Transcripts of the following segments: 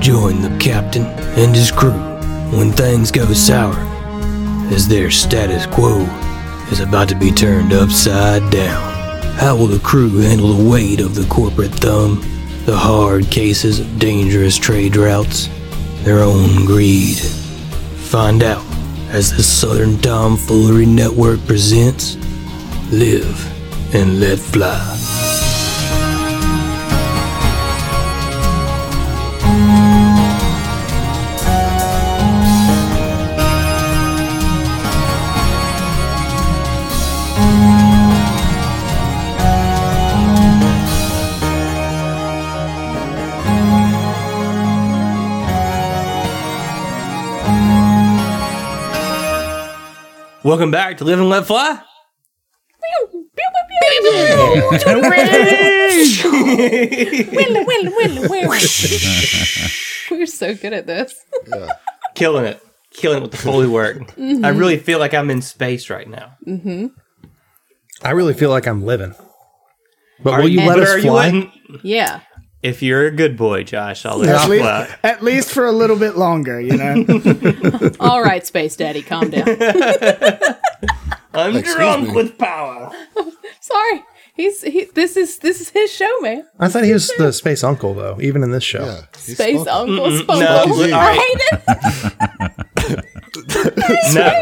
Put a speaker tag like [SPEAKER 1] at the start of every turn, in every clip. [SPEAKER 1] join the captain and his crew when things go sour, as their status quo is about to be turned upside down. How will the crew handle the weight of the corporate thumb, the hard cases of dangerous trade routes, their own greed? Find out as the Southern Tomfoolery Network presents Live and Let Fly. Welcome back to Live and Let Fly.
[SPEAKER 2] Will, will, will, will. We're so good at this.
[SPEAKER 1] Killing it. Killing it with the Foley work. I really feel like I'm in space right now.
[SPEAKER 3] I really feel like I'm living. But
[SPEAKER 1] Are
[SPEAKER 3] will you,
[SPEAKER 1] you-
[SPEAKER 3] let
[SPEAKER 1] but
[SPEAKER 3] us
[SPEAKER 1] are you
[SPEAKER 3] fly?
[SPEAKER 1] letting-
[SPEAKER 2] Yeah.
[SPEAKER 1] If you're a good boy, Josh, I'll let
[SPEAKER 4] At
[SPEAKER 1] you
[SPEAKER 4] least,
[SPEAKER 1] fly.
[SPEAKER 4] at least for a little bit longer, you know.
[SPEAKER 2] All right, Space Daddy, calm down.
[SPEAKER 1] I'm
[SPEAKER 5] Excuse
[SPEAKER 1] drunk
[SPEAKER 5] me.
[SPEAKER 1] with power.
[SPEAKER 2] Sorry. He's he, this is this is his show, man.
[SPEAKER 3] I thought he was the space uncle, though, even in this show.
[SPEAKER 5] Yeah, he's
[SPEAKER 2] Space
[SPEAKER 5] smoking.
[SPEAKER 2] Uncle Spunk.
[SPEAKER 1] No,
[SPEAKER 5] look,
[SPEAKER 1] all
[SPEAKER 2] I
[SPEAKER 1] right.
[SPEAKER 2] hate it.
[SPEAKER 1] No,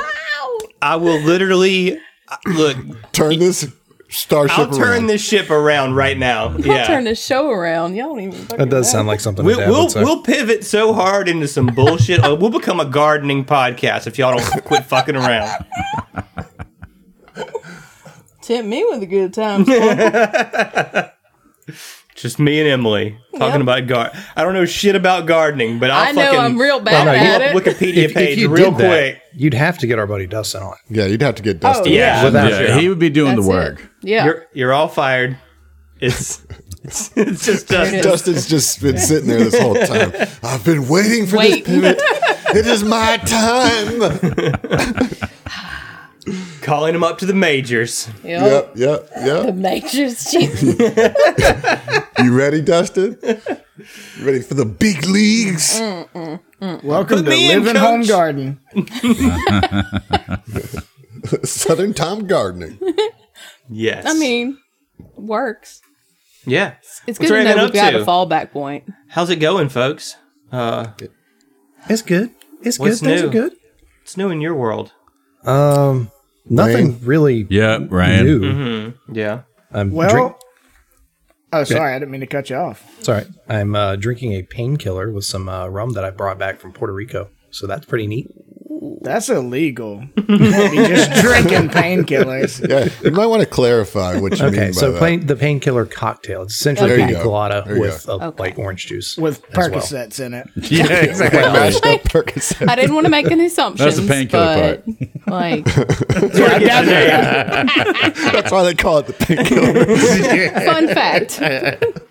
[SPEAKER 2] Ow.
[SPEAKER 1] I will literally uh, look.
[SPEAKER 5] Turn this starship
[SPEAKER 1] I'll turn
[SPEAKER 5] around.
[SPEAKER 1] this ship around right now.
[SPEAKER 2] I'll
[SPEAKER 1] Yeah,
[SPEAKER 2] turn this show around. Y'all don't even.
[SPEAKER 3] That does sound like something.
[SPEAKER 1] we'll
[SPEAKER 3] my dad
[SPEAKER 1] we'll,
[SPEAKER 3] would say.
[SPEAKER 1] we'll pivot so hard into some bullshit. uh, we'll become a gardening podcast if y'all don't quit fucking around.
[SPEAKER 2] tempt me with a good time.
[SPEAKER 1] Just me and Emily talking
[SPEAKER 2] Yep.
[SPEAKER 1] about gar. I don't know shit about gardening, but I'll
[SPEAKER 2] I know
[SPEAKER 1] fucking
[SPEAKER 2] I'm real bad
[SPEAKER 3] no, you
[SPEAKER 2] at it.
[SPEAKER 1] Wikipedia page
[SPEAKER 3] you
[SPEAKER 1] real
[SPEAKER 3] did that,
[SPEAKER 1] quick.
[SPEAKER 3] you'd have to get our buddy Dustin on.
[SPEAKER 5] yeah, you'd have to get dusty.
[SPEAKER 1] Yeah, yeah.
[SPEAKER 3] Without a
[SPEAKER 1] Sure.
[SPEAKER 3] doubt.
[SPEAKER 5] he would be doing
[SPEAKER 2] That's
[SPEAKER 5] the work.
[SPEAKER 2] it. Yeah.
[SPEAKER 1] You're you're all fired. It's it's, it's just uh, Dustin.
[SPEAKER 2] It is.
[SPEAKER 5] Dustin's just been sitting there this whole time. I've been waiting for
[SPEAKER 2] Wait.
[SPEAKER 5] this pivot. It is my time.
[SPEAKER 1] calling him up to the majors.
[SPEAKER 2] Yep.
[SPEAKER 5] yep, yep, yep.
[SPEAKER 2] Nature's Jesus.
[SPEAKER 5] You ready, Dustin? You ready for the big leagues?
[SPEAKER 4] Welcome
[SPEAKER 1] Put
[SPEAKER 4] to
[SPEAKER 1] me in,
[SPEAKER 4] Living Home
[SPEAKER 1] coach.
[SPEAKER 4] Garden.
[SPEAKER 5] Southern Tom Gardening.
[SPEAKER 1] Yes.
[SPEAKER 2] I mean, works.
[SPEAKER 1] yeah.
[SPEAKER 2] It's
[SPEAKER 1] What's
[SPEAKER 2] good to
[SPEAKER 1] Raven
[SPEAKER 2] know
[SPEAKER 1] up
[SPEAKER 2] we've got
[SPEAKER 1] to?
[SPEAKER 2] a fallback point.
[SPEAKER 1] How's it going, folks?
[SPEAKER 3] It's good. It's
[SPEAKER 1] What's
[SPEAKER 3] good. Things
[SPEAKER 1] new?
[SPEAKER 3] are good.
[SPEAKER 1] It's new in your world.
[SPEAKER 3] Um, nothing
[SPEAKER 5] Rain.
[SPEAKER 3] really
[SPEAKER 6] Yeah, Ryan.
[SPEAKER 3] new.
[SPEAKER 1] Mm-hmm. Yeah.
[SPEAKER 3] I'm
[SPEAKER 4] Well,
[SPEAKER 3] drink-
[SPEAKER 4] oh, sorry, I didn't mean to cut you off.
[SPEAKER 3] sorry, I'm uh, drinking a painkiller with some uh, rum that I brought back from Puerto Rico. So that's pretty neat.
[SPEAKER 4] That's illegal. You're just drinking painkillers.
[SPEAKER 5] Yeah, you might want to clarify what you
[SPEAKER 3] Okay,
[SPEAKER 5] mean by
[SPEAKER 3] so
[SPEAKER 5] that.
[SPEAKER 3] plain, the painkiller cocktail. It's essentially
[SPEAKER 5] There you
[SPEAKER 3] pina
[SPEAKER 5] go.
[SPEAKER 3] colada
[SPEAKER 5] There you
[SPEAKER 3] with
[SPEAKER 5] go.
[SPEAKER 3] a, like orange juice
[SPEAKER 4] With
[SPEAKER 3] as well.
[SPEAKER 4] Percocets in it.
[SPEAKER 6] Yeah, exactly.
[SPEAKER 5] Mashed up Percocet.
[SPEAKER 2] I didn't want to make any assumptions.
[SPEAKER 6] That's the painkiller
[SPEAKER 2] but, Like,
[SPEAKER 5] That's why they call it the painkiller.
[SPEAKER 2] fun fact.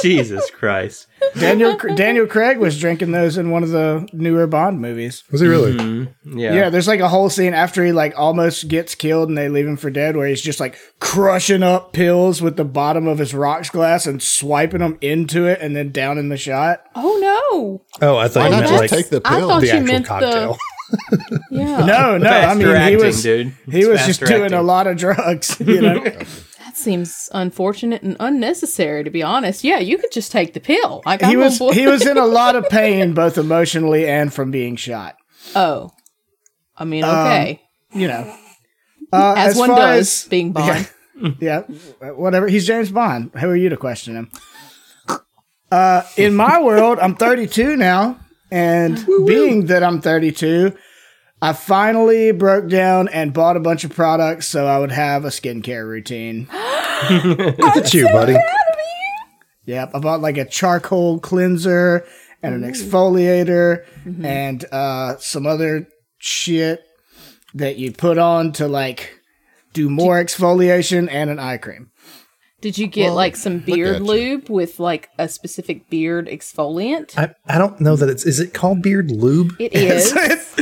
[SPEAKER 1] Jesus Christ.
[SPEAKER 4] Daniel Daniel Craig was drinking those in one of the newer Bond movies.
[SPEAKER 3] Was he really?
[SPEAKER 1] Yeah.
[SPEAKER 4] Yeah. there's like a whole scene after he like almost gets killed and they leave him for dead where he's just like crushing up pills with the bottom of his rocks glass and swiping them into it and then down in the shot.
[SPEAKER 2] Oh
[SPEAKER 3] Oh, I thought
[SPEAKER 5] Why
[SPEAKER 3] you
[SPEAKER 5] not
[SPEAKER 3] meant
[SPEAKER 5] just
[SPEAKER 3] like
[SPEAKER 5] take the
[SPEAKER 2] I
[SPEAKER 5] pill?
[SPEAKER 2] thought
[SPEAKER 3] the
[SPEAKER 2] you
[SPEAKER 3] actual
[SPEAKER 2] meant the-
[SPEAKER 3] cocktail.
[SPEAKER 2] no! Yeah,
[SPEAKER 4] Oh, No, no, I
[SPEAKER 1] Faster
[SPEAKER 4] mean
[SPEAKER 1] acting,
[SPEAKER 4] he was
[SPEAKER 1] dude.
[SPEAKER 4] he
[SPEAKER 1] It's
[SPEAKER 4] was just
[SPEAKER 1] faster
[SPEAKER 4] doing
[SPEAKER 1] acting.
[SPEAKER 4] a lot of drugs, you know.
[SPEAKER 2] that seems unfortunate and unnecessary. To be honest, yeah, you could just take the pill. Like,
[SPEAKER 4] he
[SPEAKER 2] I'm
[SPEAKER 4] was
[SPEAKER 2] on board.
[SPEAKER 4] he was in a lot of pain both emotionally and from being shot,
[SPEAKER 2] Oh, I mean, okay,
[SPEAKER 4] you know. Uh,
[SPEAKER 2] as, one
[SPEAKER 4] far
[SPEAKER 2] does,
[SPEAKER 4] as-
[SPEAKER 2] being Bond.
[SPEAKER 4] yeah, whatever. He's James Bond. Who are you to question him? Uh, in my world, I'm 32 now, and being that I'm 32, I finally broke down and bought a bunch of products so I would have a skincare routine.
[SPEAKER 3] Look at you, buddy.
[SPEAKER 4] Yep, I bought like a charcoal cleanser and an exfoliator and uh, some other shit that you put on to like do more exfoliation and an eye cream.
[SPEAKER 2] Did you get like some beard
[SPEAKER 5] at you.
[SPEAKER 2] lube with like a specific beard exfoliant?
[SPEAKER 3] I, I don't know that it's. Is it called beard lube?
[SPEAKER 2] It is.
[SPEAKER 4] It's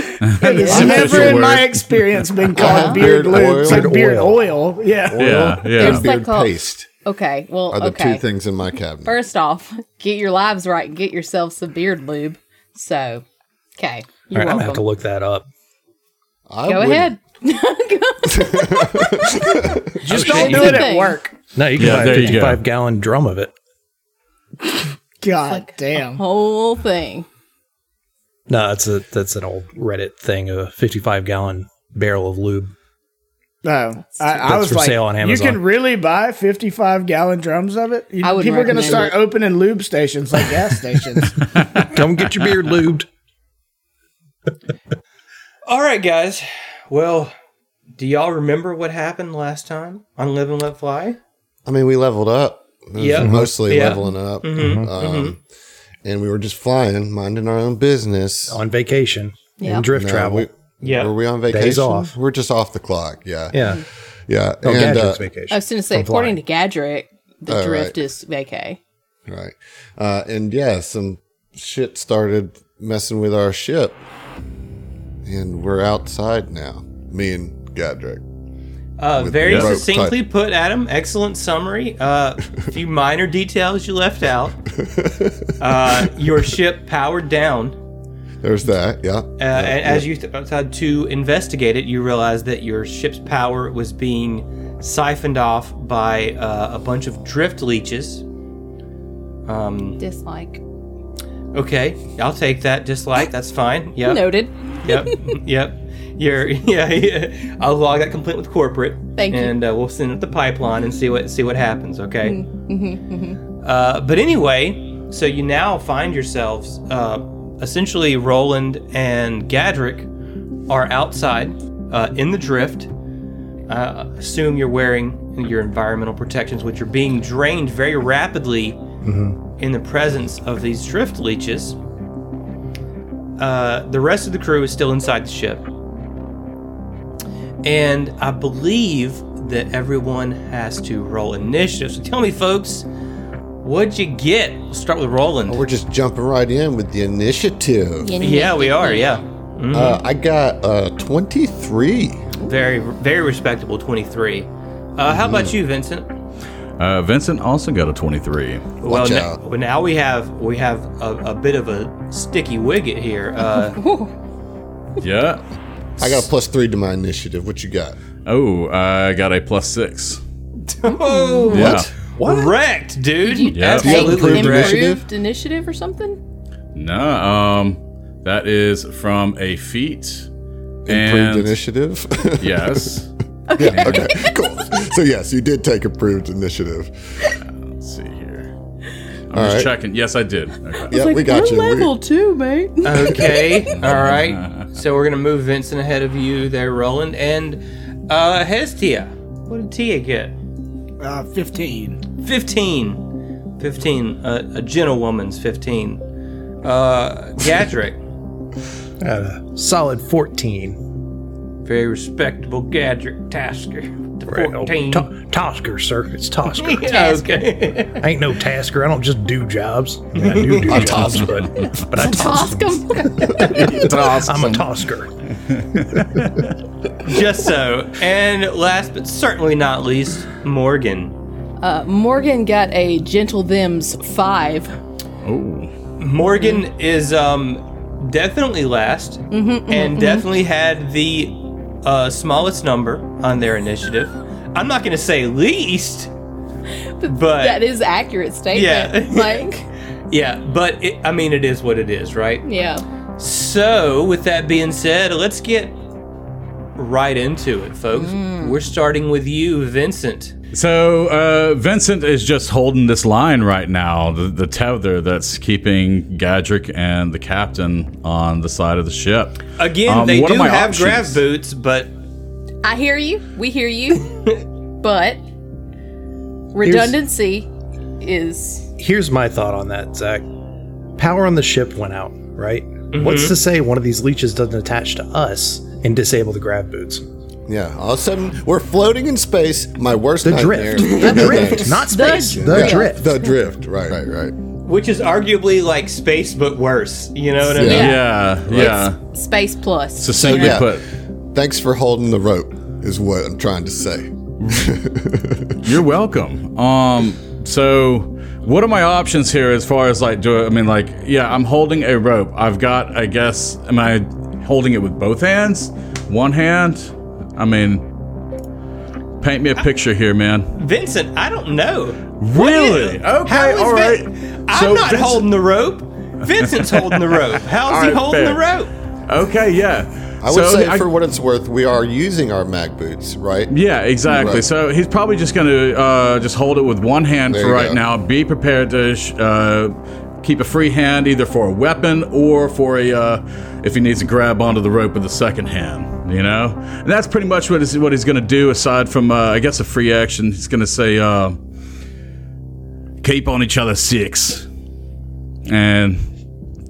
[SPEAKER 6] an
[SPEAKER 4] never
[SPEAKER 6] official
[SPEAKER 4] in my
[SPEAKER 6] word.
[SPEAKER 4] experience been called
[SPEAKER 5] Uh-huh.
[SPEAKER 4] beard
[SPEAKER 5] Beard
[SPEAKER 4] lube. It's like
[SPEAKER 5] oil.
[SPEAKER 4] beard oil. Yeah.
[SPEAKER 6] Yeah, yeah.
[SPEAKER 2] There's
[SPEAKER 5] Beard
[SPEAKER 2] like a-
[SPEAKER 5] paste.
[SPEAKER 2] Okay. Well,
[SPEAKER 5] Are the
[SPEAKER 2] okay.
[SPEAKER 5] two things in my cabinet?
[SPEAKER 2] First off, get your lives right and get yourself some beard lube. So, okay.
[SPEAKER 3] All
[SPEAKER 2] You're
[SPEAKER 3] right, I'm gonna have to
[SPEAKER 2] welcome.
[SPEAKER 3] look that up.
[SPEAKER 5] I
[SPEAKER 2] Go
[SPEAKER 5] wouldn't.
[SPEAKER 2] ahead.
[SPEAKER 4] Just
[SPEAKER 2] shit.
[SPEAKER 4] don't do
[SPEAKER 2] That's
[SPEAKER 4] it
[SPEAKER 2] the
[SPEAKER 4] at
[SPEAKER 2] thing.
[SPEAKER 4] work.
[SPEAKER 3] No, you can
[SPEAKER 6] Yeah,
[SPEAKER 3] buy a
[SPEAKER 6] there you go.
[SPEAKER 3] 55 gallon drum of it.
[SPEAKER 4] God damn.
[SPEAKER 2] Whole thing.
[SPEAKER 3] No, that's a that's an old Reddit thing. A 55 gallon barrel of lube.
[SPEAKER 4] No, I, I
[SPEAKER 3] That's
[SPEAKER 4] was
[SPEAKER 3] for
[SPEAKER 4] like,
[SPEAKER 3] sale on Amazon.
[SPEAKER 4] you can really buy fifty-five gallon drums of it. You-
[SPEAKER 2] I wouldn't
[SPEAKER 4] people are going to
[SPEAKER 2] recommend
[SPEAKER 4] start opening lube stations like gas stations.
[SPEAKER 3] Come get your beard lubed. All right, guys. Well, do y'all remember what happened last time on Live and Let Fly?
[SPEAKER 5] I mean, we leveled up. It was
[SPEAKER 3] Yeah.
[SPEAKER 5] mostly
[SPEAKER 3] Yeah.
[SPEAKER 5] leveling up. Um, And we were just flying, minding our own business.
[SPEAKER 3] On vacation
[SPEAKER 2] Yeah.
[SPEAKER 3] and drift
[SPEAKER 5] No,
[SPEAKER 3] travel.
[SPEAKER 5] we-
[SPEAKER 3] yeah.
[SPEAKER 1] Oh,
[SPEAKER 5] Were we on vacation?
[SPEAKER 3] Days off.
[SPEAKER 5] We're just off the clock. Yeah.
[SPEAKER 2] Mm-hmm.
[SPEAKER 3] yeah.
[SPEAKER 5] Yeah.
[SPEAKER 3] Oh,
[SPEAKER 5] and,
[SPEAKER 3] Gadget's
[SPEAKER 5] uh,
[SPEAKER 2] I
[SPEAKER 3] vacation.
[SPEAKER 2] was going to say,
[SPEAKER 3] From flying.
[SPEAKER 2] according to Gadrick, the
[SPEAKER 5] Oh,
[SPEAKER 2] drift
[SPEAKER 5] right.
[SPEAKER 2] is vacay.
[SPEAKER 5] Right. Uh, and yeah, some shit started messing with our ship. And we're outside now. Me and Gadrick.
[SPEAKER 7] Uh,
[SPEAKER 5] With
[SPEAKER 7] very
[SPEAKER 5] the rope
[SPEAKER 7] succinctly put, Adam. Excellent summary. Uh, a few minor details you left out. Uh, your ship powered down.
[SPEAKER 5] There's that. Yeah.
[SPEAKER 7] Uh, and as you th- had to investigate it, you realized that your ship's power was being siphoned off by uh, a bunch of drift leeches. Um,
[SPEAKER 2] Dislike.
[SPEAKER 7] okay, I'll take that dislike. That's fine. Yep.
[SPEAKER 2] Noted.
[SPEAKER 7] Yep. yep. You're, yeah, yeah. I'll log that complaint with corporate.
[SPEAKER 2] Thank you.
[SPEAKER 7] And uh, we'll send it to the pipeline and see what see what happens. Okay.
[SPEAKER 2] Mm-hmm,
[SPEAKER 7] Uh, but anyway, so you now find yourselves uh, essentially Roland and Gadrick are outside uh, in the drift. Uh, assume you're wearing your environmental protections, which are being drained very rapidly in the presence of these drift leeches. Uh, the rest of the crew is still inside the ship. And I believe that everyone has to roll initiative. So tell me, folks, what'd you get? We'll start with Roland.
[SPEAKER 5] We're just jumping right in with the initiative.
[SPEAKER 7] yeah, we are. Yeah.
[SPEAKER 5] Uh, I got uh, 23.
[SPEAKER 7] Very, very respectable 23. Uh, how about you, Vincent?
[SPEAKER 6] Uh, Vincent also got a 23.
[SPEAKER 7] well,
[SPEAKER 5] Watch
[SPEAKER 7] no-
[SPEAKER 5] out.
[SPEAKER 7] well, now we have we have a, a bit of a sticky wicket here. Uh,
[SPEAKER 6] Yeah.
[SPEAKER 5] I got a plus three to my initiative. What you got?
[SPEAKER 6] Oh, I got a plus six.
[SPEAKER 7] oh,
[SPEAKER 6] Yeah.
[SPEAKER 7] wrecked, dude!
[SPEAKER 6] Yeah. Do you
[SPEAKER 5] have
[SPEAKER 2] Improved
[SPEAKER 5] improved
[SPEAKER 2] initiative?
[SPEAKER 5] initiative?
[SPEAKER 2] or something?
[SPEAKER 6] Nah. Um, that is from a feat.
[SPEAKER 5] Improved
[SPEAKER 6] and
[SPEAKER 5] initiative?
[SPEAKER 6] Yes.
[SPEAKER 5] yeah. Okay. Cool. So, yes, you did take improved initiative.
[SPEAKER 6] Let's see here. I'm
[SPEAKER 5] All
[SPEAKER 6] just
[SPEAKER 5] right.
[SPEAKER 6] checking. Yes, I did. Okay.
[SPEAKER 5] Yeah, we got you. We-
[SPEAKER 2] level two, mate.
[SPEAKER 7] Okay. All right. So we're gonna move Vincent ahead of you there, Roland, and uh, Hestia. What did Tia get?
[SPEAKER 4] uh, Fifteen.
[SPEAKER 7] Fifteen. Fifteen. Uh, a gentlewoman's fifteen. Uh, Gadrick.
[SPEAKER 3] I had a solid 14.
[SPEAKER 7] Very respectable Gadrick Tasker. The
[SPEAKER 3] Oh,
[SPEAKER 7] fourteen.
[SPEAKER 3] to- Tosker, sir. It's Tosker.
[SPEAKER 7] Okay.
[SPEAKER 3] I ain't no tasker. I don't just do jobs. I, mean, I do do jobs, but, but I toss
[SPEAKER 2] Ask
[SPEAKER 3] them.
[SPEAKER 2] him.
[SPEAKER 3] I'm a tosker.
[SPEAKER 7] Just so. And last but certainly not least, Morgan.
[SPEAKER 2] Uh, Morgan got a gentle them's five.
[SPEAKER 6] Oh.
[SPEAKER 7] Morgan is um definitely last, and definitely had the uh, smallest number on their initiative. I'm not gonna say least, but
[SPEAKER 2] That is accurate statement.
[SPEAKER 7] Yeah.
[SPEAKER 2] Like,
[SPEAKER 7] yeah, but it, I mean it is what it is, right?
[SPEAKER 2] yeah.
[SPEAKER 7] So, with that being said, let's get right into it, folks. We're starting with you, Vincent.
[SPEAKER 6] So uh, Vincent is just holding this line right now, the, the tether that's keeping Gadrick and the captain on the side of the ship.
[SPEAKER 7] Again,
[SPEAKER 6] Um,
[SPEAKER 7] they
[SPEAKER 6] what are
[SPEAKER 7] do
[SPEAKER 6] my
[SPEAKER 7] have grav
[SPEAKER 6] options?
[SPEAKER 7] boots, but
[SPEAKER 2] I hear you. We hear you. but redundancy is
[SPEAKER 3] Here's my thought on that, Zach. Power on the ship went out, right? What's to say one of these leeches doesn't attach to us and disable the grab boots?
[SPEAKER 5] Yeah, all of a sudden we're floating in space. My worst
[SPEAKER 3] The
[SPEAKER 5] nightmare.
[SPEAKER 3] drift. The drift. Not space. The,
[SPEAKER 2] The
[SPEAKER 3] drift.
[SPEAKER 5] The drift. Right, right, right.
[SPEAKER 7] which is arguably like space, but worse. You know what I mean?
[SPEAKER 5] Yeah.
[SPEAKER 6] Yeah, yeah.
[SPEAKER 2] space plus.
[SPEAKER 6] Succinctly
[SPEAKER 5] Yeah.
[SPEAKER 6] put.
[SPEAKER 5] Thanks for holding the rope. Is what I'm trying to say.
[SPEAKER 6] You're welcome. Um, so what are my options here as far as like do I, I mean like yeah, I'm holding a rope. I've got I guess am I holding it with both hands? One hand? I mean paint me a picture here, man.
[SPEAKER 7] Vincent, I don't know.
[SPEAKER 6] Really?
[SPEAKER 7] What
[SPEAKER 6] Okay,
[SPEAKER 7] is
[SPEAKER 6] all right.
[SPEAKER 7] Vin-
[SPEAKER 6] So
[SPEAKER 7] I'm not
[SPEAKER 6] Vincent-
[SPEAKER 7] holding the rope. Vincent's holding the rope. How's
[SPEAKER 6] All
[SPEAKER 7] he
[SPEAKER 6] right,
[SPEAKER 7] holding
[SPEAKER 6] fair.
[SPEAKER 7] the rope?
[SPEAKER 6] Okay, yeah.
[SPEAKER 5] I would
[SPEAKER 6] So
[SPEAKER 5] say,
[SPEAKER 6] I-
[SPEAKER 5] for what it's worth, we are using our mag boots, right?
[SPEAKER 6] Yeah, exactly.
[SPEAKER 5] Right.
[SPEAKER 6] So he's probably just going to uh, just hold it with one hand
[SPEAKER 5] There
[SPEAKER 6] for
[SPEAKER 5] you
[SPEAKER 6] right
[SPEAKER 5] go.
[SPEAKER 6] now. Be prepared to sh- uh, keep a free hand either for a weapon or for a uh, if he needs to grab onto the rope with the second hand. You know, and that's pretty much what is what he's going to do. Aside from uh, I guess a free action, he's going to say, uh, "Keep on each other six, and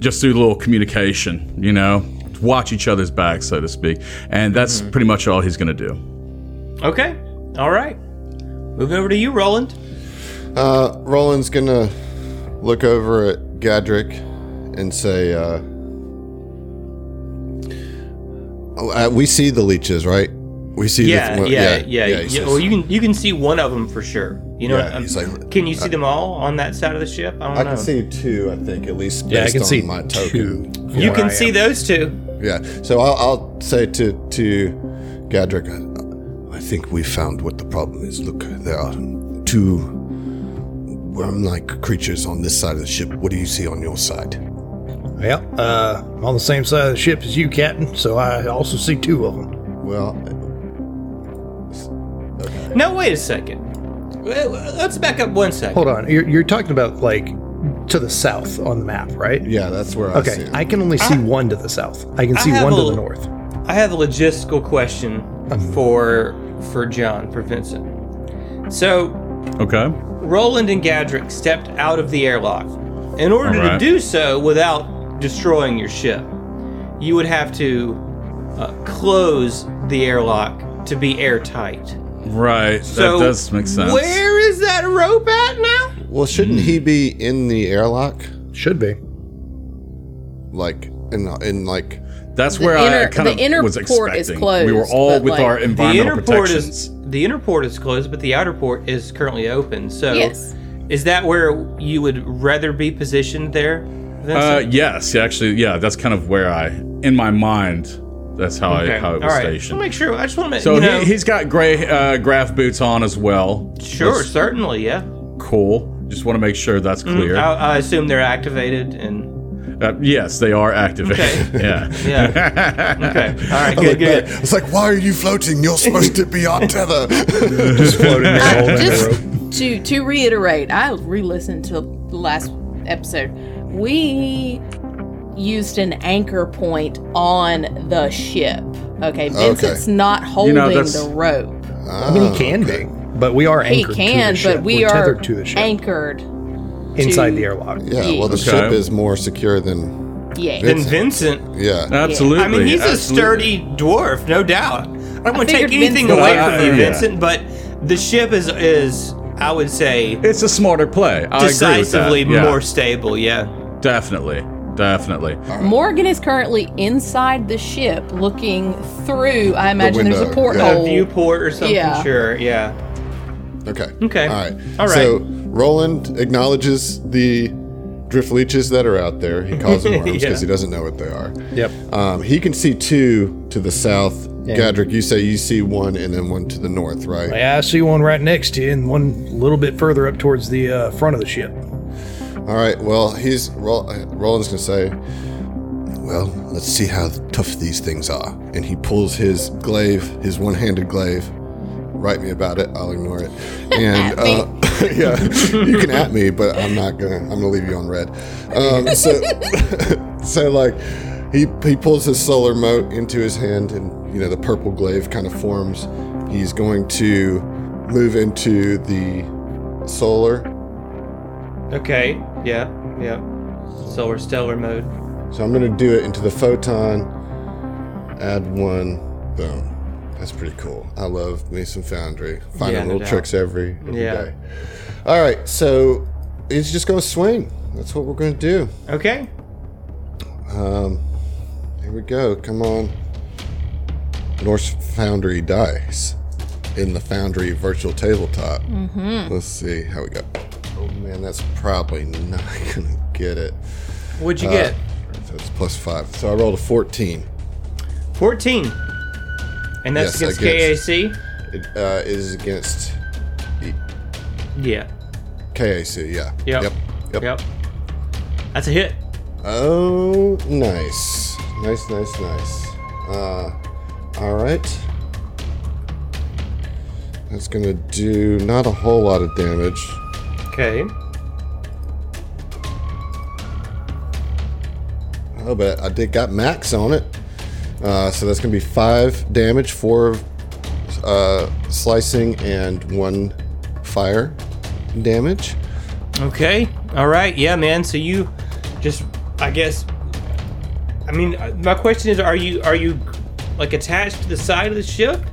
[SPEAKER 6] just through a little communication. You know, watch each other's back, so to speak. And that's
[SPEAKER 5] Mm-hmm.
[SPEAKER 6] pretty much all he's going to do.
[SPEAKER 7] Okay. All right. Moving over to you, Roland.
[SPEAKER 5] Uh, Roland's gonna look over at Gadrick and say, uh, oh, uh, "We see the leeches, right? We see
[SPEAKER 7] Yeah,
[SPEAKER 5] the
[SPEAKER 7] yeah, yeah.
[SPEAKER 5] he
[SPEAKER 7] yeah,
[SPEAKER 5] says-
[SPEAKER 7] well, you can you can see one of them for sure. You know,
[SPEAKER 5] Yeah,
[SPEAKER 7] um,
[SPEAKER 5] he's like-
[SPEAKER 7] can
[SPEAKER 6] uh,
[SPEAKER 7] you see them all on that side of the ship? I don't
[SPEAKER 5] I
[SPEAKER 7] know.
[SPEAKER 5] can see two, I think, at least based
[SPEAKER 3] Yeah, I can
[SPEAKER 5] on
[SPEAKER 3] see
[SPEAKER 5] my
[SPEAKER 3] two.
[SPEAKER 5] token.
[SPEAKER 7] you can see those two.
[SPEAKER 5] Yeah, so I'll, I'll say to to Gadrick, I think we found what the problem is. Look, there are two worm-like creatures on this side of the ship. What do you see on your side?
[SPEAKER 3] Yeah, uh, I'm on the same side of the ship as you, Captain, so I also see two of them.
[SPEAKER 5] Well,
[SPEAKER 7] No, wait a second. Well, Let's back up one second.
[SPEAKER 3] Hold on, you're, you're talking about like to the south on the map, right?
[SPEAKER 5] yeah, that's where I see.
[SPEAKER 3] Okay,
[SPEAKER 5] him.
[SPEAKER 3] I can only see one to the south. I can see
[SPEAKER 7] have
[SPEAKER 3] one
[SPEAKER 7] a-
[SPEAKER 3] to the north.
[SPEAKER 7] I have a logistical question
[SPEAKER 5] Um,
[SPEAKER 7] for for John for Vincent. So
[SPEAKER 6] Okay.
[SPEAKER 7] Roland and Gadrick stepped out of the airlock. In order
[SPEAKER 6] All right.
[SPEAKER 7] to do so without destroying your ship, you would have to uh, close the airlock to be airtight.
[SPEAKER 6] Right.
[SPEAKER 7] So
[SPEAKER 6] that does make sense.
[SPEAKER 7] Where is that rope at now?
[SPEAKER 5] Well, shouldn't he be in the airlock,
[SPEAKER 3] Should be.
[SPEAKER 5] like in in like?
[SPEAKER 6] That's where I
[SPEAKER 2] inner-
[SPEAKER 6] kind
[SPEAKER 2] the
[SPEAKER 6] of
[SPEAKER 2] inner
[SPEAKER 6] was
[SPEAKER 2] port
[SPEAKER 6] expecting.
[SPEAKER 2] is closed,
[SPEAKER 6] we were all
[SPEAKER 2] but,
[SPEAKER 6] with
[SPEAKER 2] like-
[SPEAKER 6] our
[SPEAKER 2] The
[SPEAKER 7] The
[SPEAKER 6] environmental
[SPEAKER 7] inner port
[SPEAKER 6] protections.
[SPEAKER 7] is the inner port is closed, but the outer port is currently open. So
[SPEAKER 2] Yes.
[SPEAKER 7] is that where you would rather be positioned there, Vincent?
[SPEAKER 6] uh, yes, yeah, actually, yeah. That's kind of where I, in my mind, that's how I how it was
[SPEAKER 7] All right.
[SPEAKER 6] stationed.
[SPEAKER 7] I'll make sure. I just want to.
[SPEAKER 6] so
[SPEAKER 7] you know,
[SPEAKER 6] he, he's got gray uh, graph boots on as well.
[SPEAKER 7] sure,
[SPEAKER 6] That's
[SPEAKER 7] certainly, yeah.
[SPEAKER 6] cool. Just want to make sure that's
[SPEAKER 7] Mm,
[SPEAKER 6] clear.
[SPEAKER 7] I, I assume they're activated and
[SPEAKER 6] Uh, yes, they are activated.
[SPEAKER 7] Okay.
[SPEAKER 6] yeah.
[SPEAKER 7] yeah. Okay. All right.
[SPEAKER 5] I
[SPEAKER 7] Good.
[SPEAKER 5] look
[SPEAKER 7] Good.
[SPEAKER 5] back. It's like, why are you floating? You're supposed to be on tether.
[SPEAKER 3] Floating there,
[SPEAKER 2] I,
[SPEAKER 3] holding the rope.
[SPEAKER 2] just to to reiterate, I re-listened to the last episode. We used an anchor point on the ship. Okay, Vincent's not holding
[SPEAKER 6] that's-
[SPEAKER 2] the rope.
[SPEAKER 5] Ah,
[SPEAKER 3] I mean, he can be, but we are
[SPEAKER 2] He
[SPEAKER 3] anchored
[SPEAKER 2] can,
[SPEAKER 3] to the ship.
[SPEAKER 2] but we
[SPEAKER 3] We're
[SPEAKER 2] are
[SPEAKER 3] tethered to the ship
[SPEAKER 2] anchored.
[SPEAKER 3] inside
[SPEAKER 2] to-
[SPEAKER 3] the airlock.
[SPEAKER 5] yeah, well, the
[SPEAKER 6] Okay.
[SPEAKER 5] ship is more secure than
[SPEAKER 2] Yeah.
[SPEAKER 7] Then Vincent.
[SPEAKER 5] yeah.
[SPEAKER 6] Absolutely.
[SPEAKER 7] I mean, he's a
[SPEAKER 6] absolutely.
[SPEAKER 7] sturdy dwarf, no doubt. I don't want to
[SPEAKER 2] figured
[SPEAKER 7] take anything
[SPEAKER 2] Vincent-
[SPEAKER 7] away
[SPEAKER 6] But I-
[SPEAKER 7] from you,
[SPEAKER 6] yeah.
[SPEAKER 7] Vincent, but the ship is is I would say
[SPEAKER 6] It's a smarter play. I
[SPEAKER 7] decisively
[SPEAKER 6] agree with that. Yeah,
[SPEAKER 7] more Oh, stable. Yeah.
[SPEAKER 6] definitely, definitely.
[SPEAKER 2] Morgan is currently inside the ship looking through, I imagine there's a
[SPEAKER 5] window, yeah.
[SPEAKER 2] porthole.
[SPEAKER 7] A viewport or something.
[SPEAKER 2] Oh, Yeah.
[SPEAKER 7] Sure. Yeah.
[SPEAKER 5] Okay.
[SPEAKER 7] Okay.
[SPEAKER 5] All right.
[SPEAKER 7] All right.
[SPEAKER 5] So Roland acknowledges the drift leeches that are out there. He calls them worms because
[SPEAKER 7] Yeah.
[SPEAKER 5] he doesn't know what they are.
[SPEAKER 3] Yep.
[SPEAKER 5] Um, he can see two to the south. Gadrick, you say you see one and then one to the north, right?
[SPEAKER 3] Yeah, I see one right next to you, and one a little bit further up towards the uh, front of the ship.
[SPEAKER 5] All right. Well, he's Ro- uh, Roland's gonna say, "Well, let's see how tough these things are." And he pulls his glaive, his one-handed glaive. Write me about it. I'll ignore it. And uh, yeah, you can at me, but I'm not gonna. I'm gonna leave you on red. Um, so, so like, he he pulls his solar mote into his hand, and you know the purple glaive kind of forms. He's going to move into the solar
[SPEAKER 7] Okay. Yeah. Yeah. Solar stellar mode.
[SPEAKER 5] So I'm gonna do it into the photon. Add one. Boom. That's pretty cool. I love me some Foundry. Finding
[SPEAKER 7] no
[SPEAKER 5] little
[SPEAKER 7] doubt.
[SPEAKER 5] tricks every every day.
[SPEAKER 7] Yeah.
[SPEAKER 5] All right. So it's just gonna swing. That's what we're gonna do.
[SPEAKER 7] Okay.
[SPEAKER 5] Um, here we go. Come on. Norse Foundry dice. in the Foundry virtual tabletop.
[SPEAKER 7] Mm-hmm.
[SPEAKER 5] Let's see how we go. Oh man, that's probably not gonna get it.
[SPEAKER 7] What'd
[SPEAKER 6] Uh,
[SPEAKER 7] you get?
[SPEAKER 5] So it's plus five. So I rolled a 14.
[SPEAKER 7] 14. And that's
[SPEAKER 5] Yes,
[SPEAKER 7] against
[SPEAKER 5] against-
[SPEAKER 7] KAC?
[SPEAKER 5] It uh, is against
[SPEAKER 7] Yeah.
[SPEAKER 5] KAC, yeah.
[SPEAKER 7] Yep.
[SPEAKER 5] Yep. Yep.
[SPEAKER 7] Yep. That's a hit.
[SPEAKER 5] Oh, nice. Nice, nice, nice. Uh, all right. That's going to do not a whole lot of damage.
[SPEAKER 7] Okay.
[SPEAKER 5] Oh, but I did got max on it. Uh, so that's going to be five damage, four uh, slicing, and one fire damage.
[SPEAKER 7] Okay. All right. Yeah, man. So you just, I guess. I mean, uh, my question is: Are you are you like attached to the side of the ship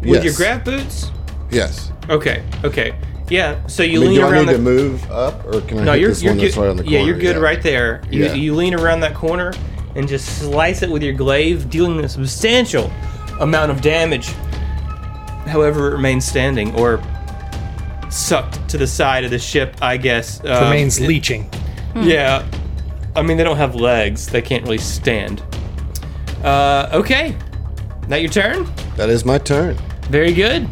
[SPEAKER 7] with your
[SPEAKER 5] Yes.
[SPEAKER 7] grab boots?
[SPEAKER 5] Yes.
[SPEAKER 7] Okay. Okay. Yeah. So
[SPEAKER 5] I
[SPEAKER 7] you
[SPEAKER 5] mean,
[SPEAKER 7] lean
[SPEAKER 5] do I
[SPEAKER 7] around
[SPEAKER 5] need
[SPEAKER 7] the.
[SPEAKER 5] to move up, or can I
[SPEAKER 7] no,
[SPEAKER 5] hit
[SPEAKER 7] you're
[SPEAKER 5] this
[SPEAKER 7] you're
[SPEAKER 5] one
[SPEAKER 7] good.
[SPEAKER 5] that's right on the corner?
[SPEAKER 7] yeah, you're good right there. You,
[SPEAKER 5] Yeah.
[SPEAKER 7] you lean around that corner and just slice it with your glaive, dealing a substantial amount of damage. However, it remains standing or sucked to the side of the ship. I guess um,
[SPEAKER 3] Remains leeching.
[SPEAKER 7] yeah. I mean, they don't have legs. They can't really stand. Uh, okay. That your turn?
[SPEAKER 5] That is my turn.
[SPEAKER 7] Very good.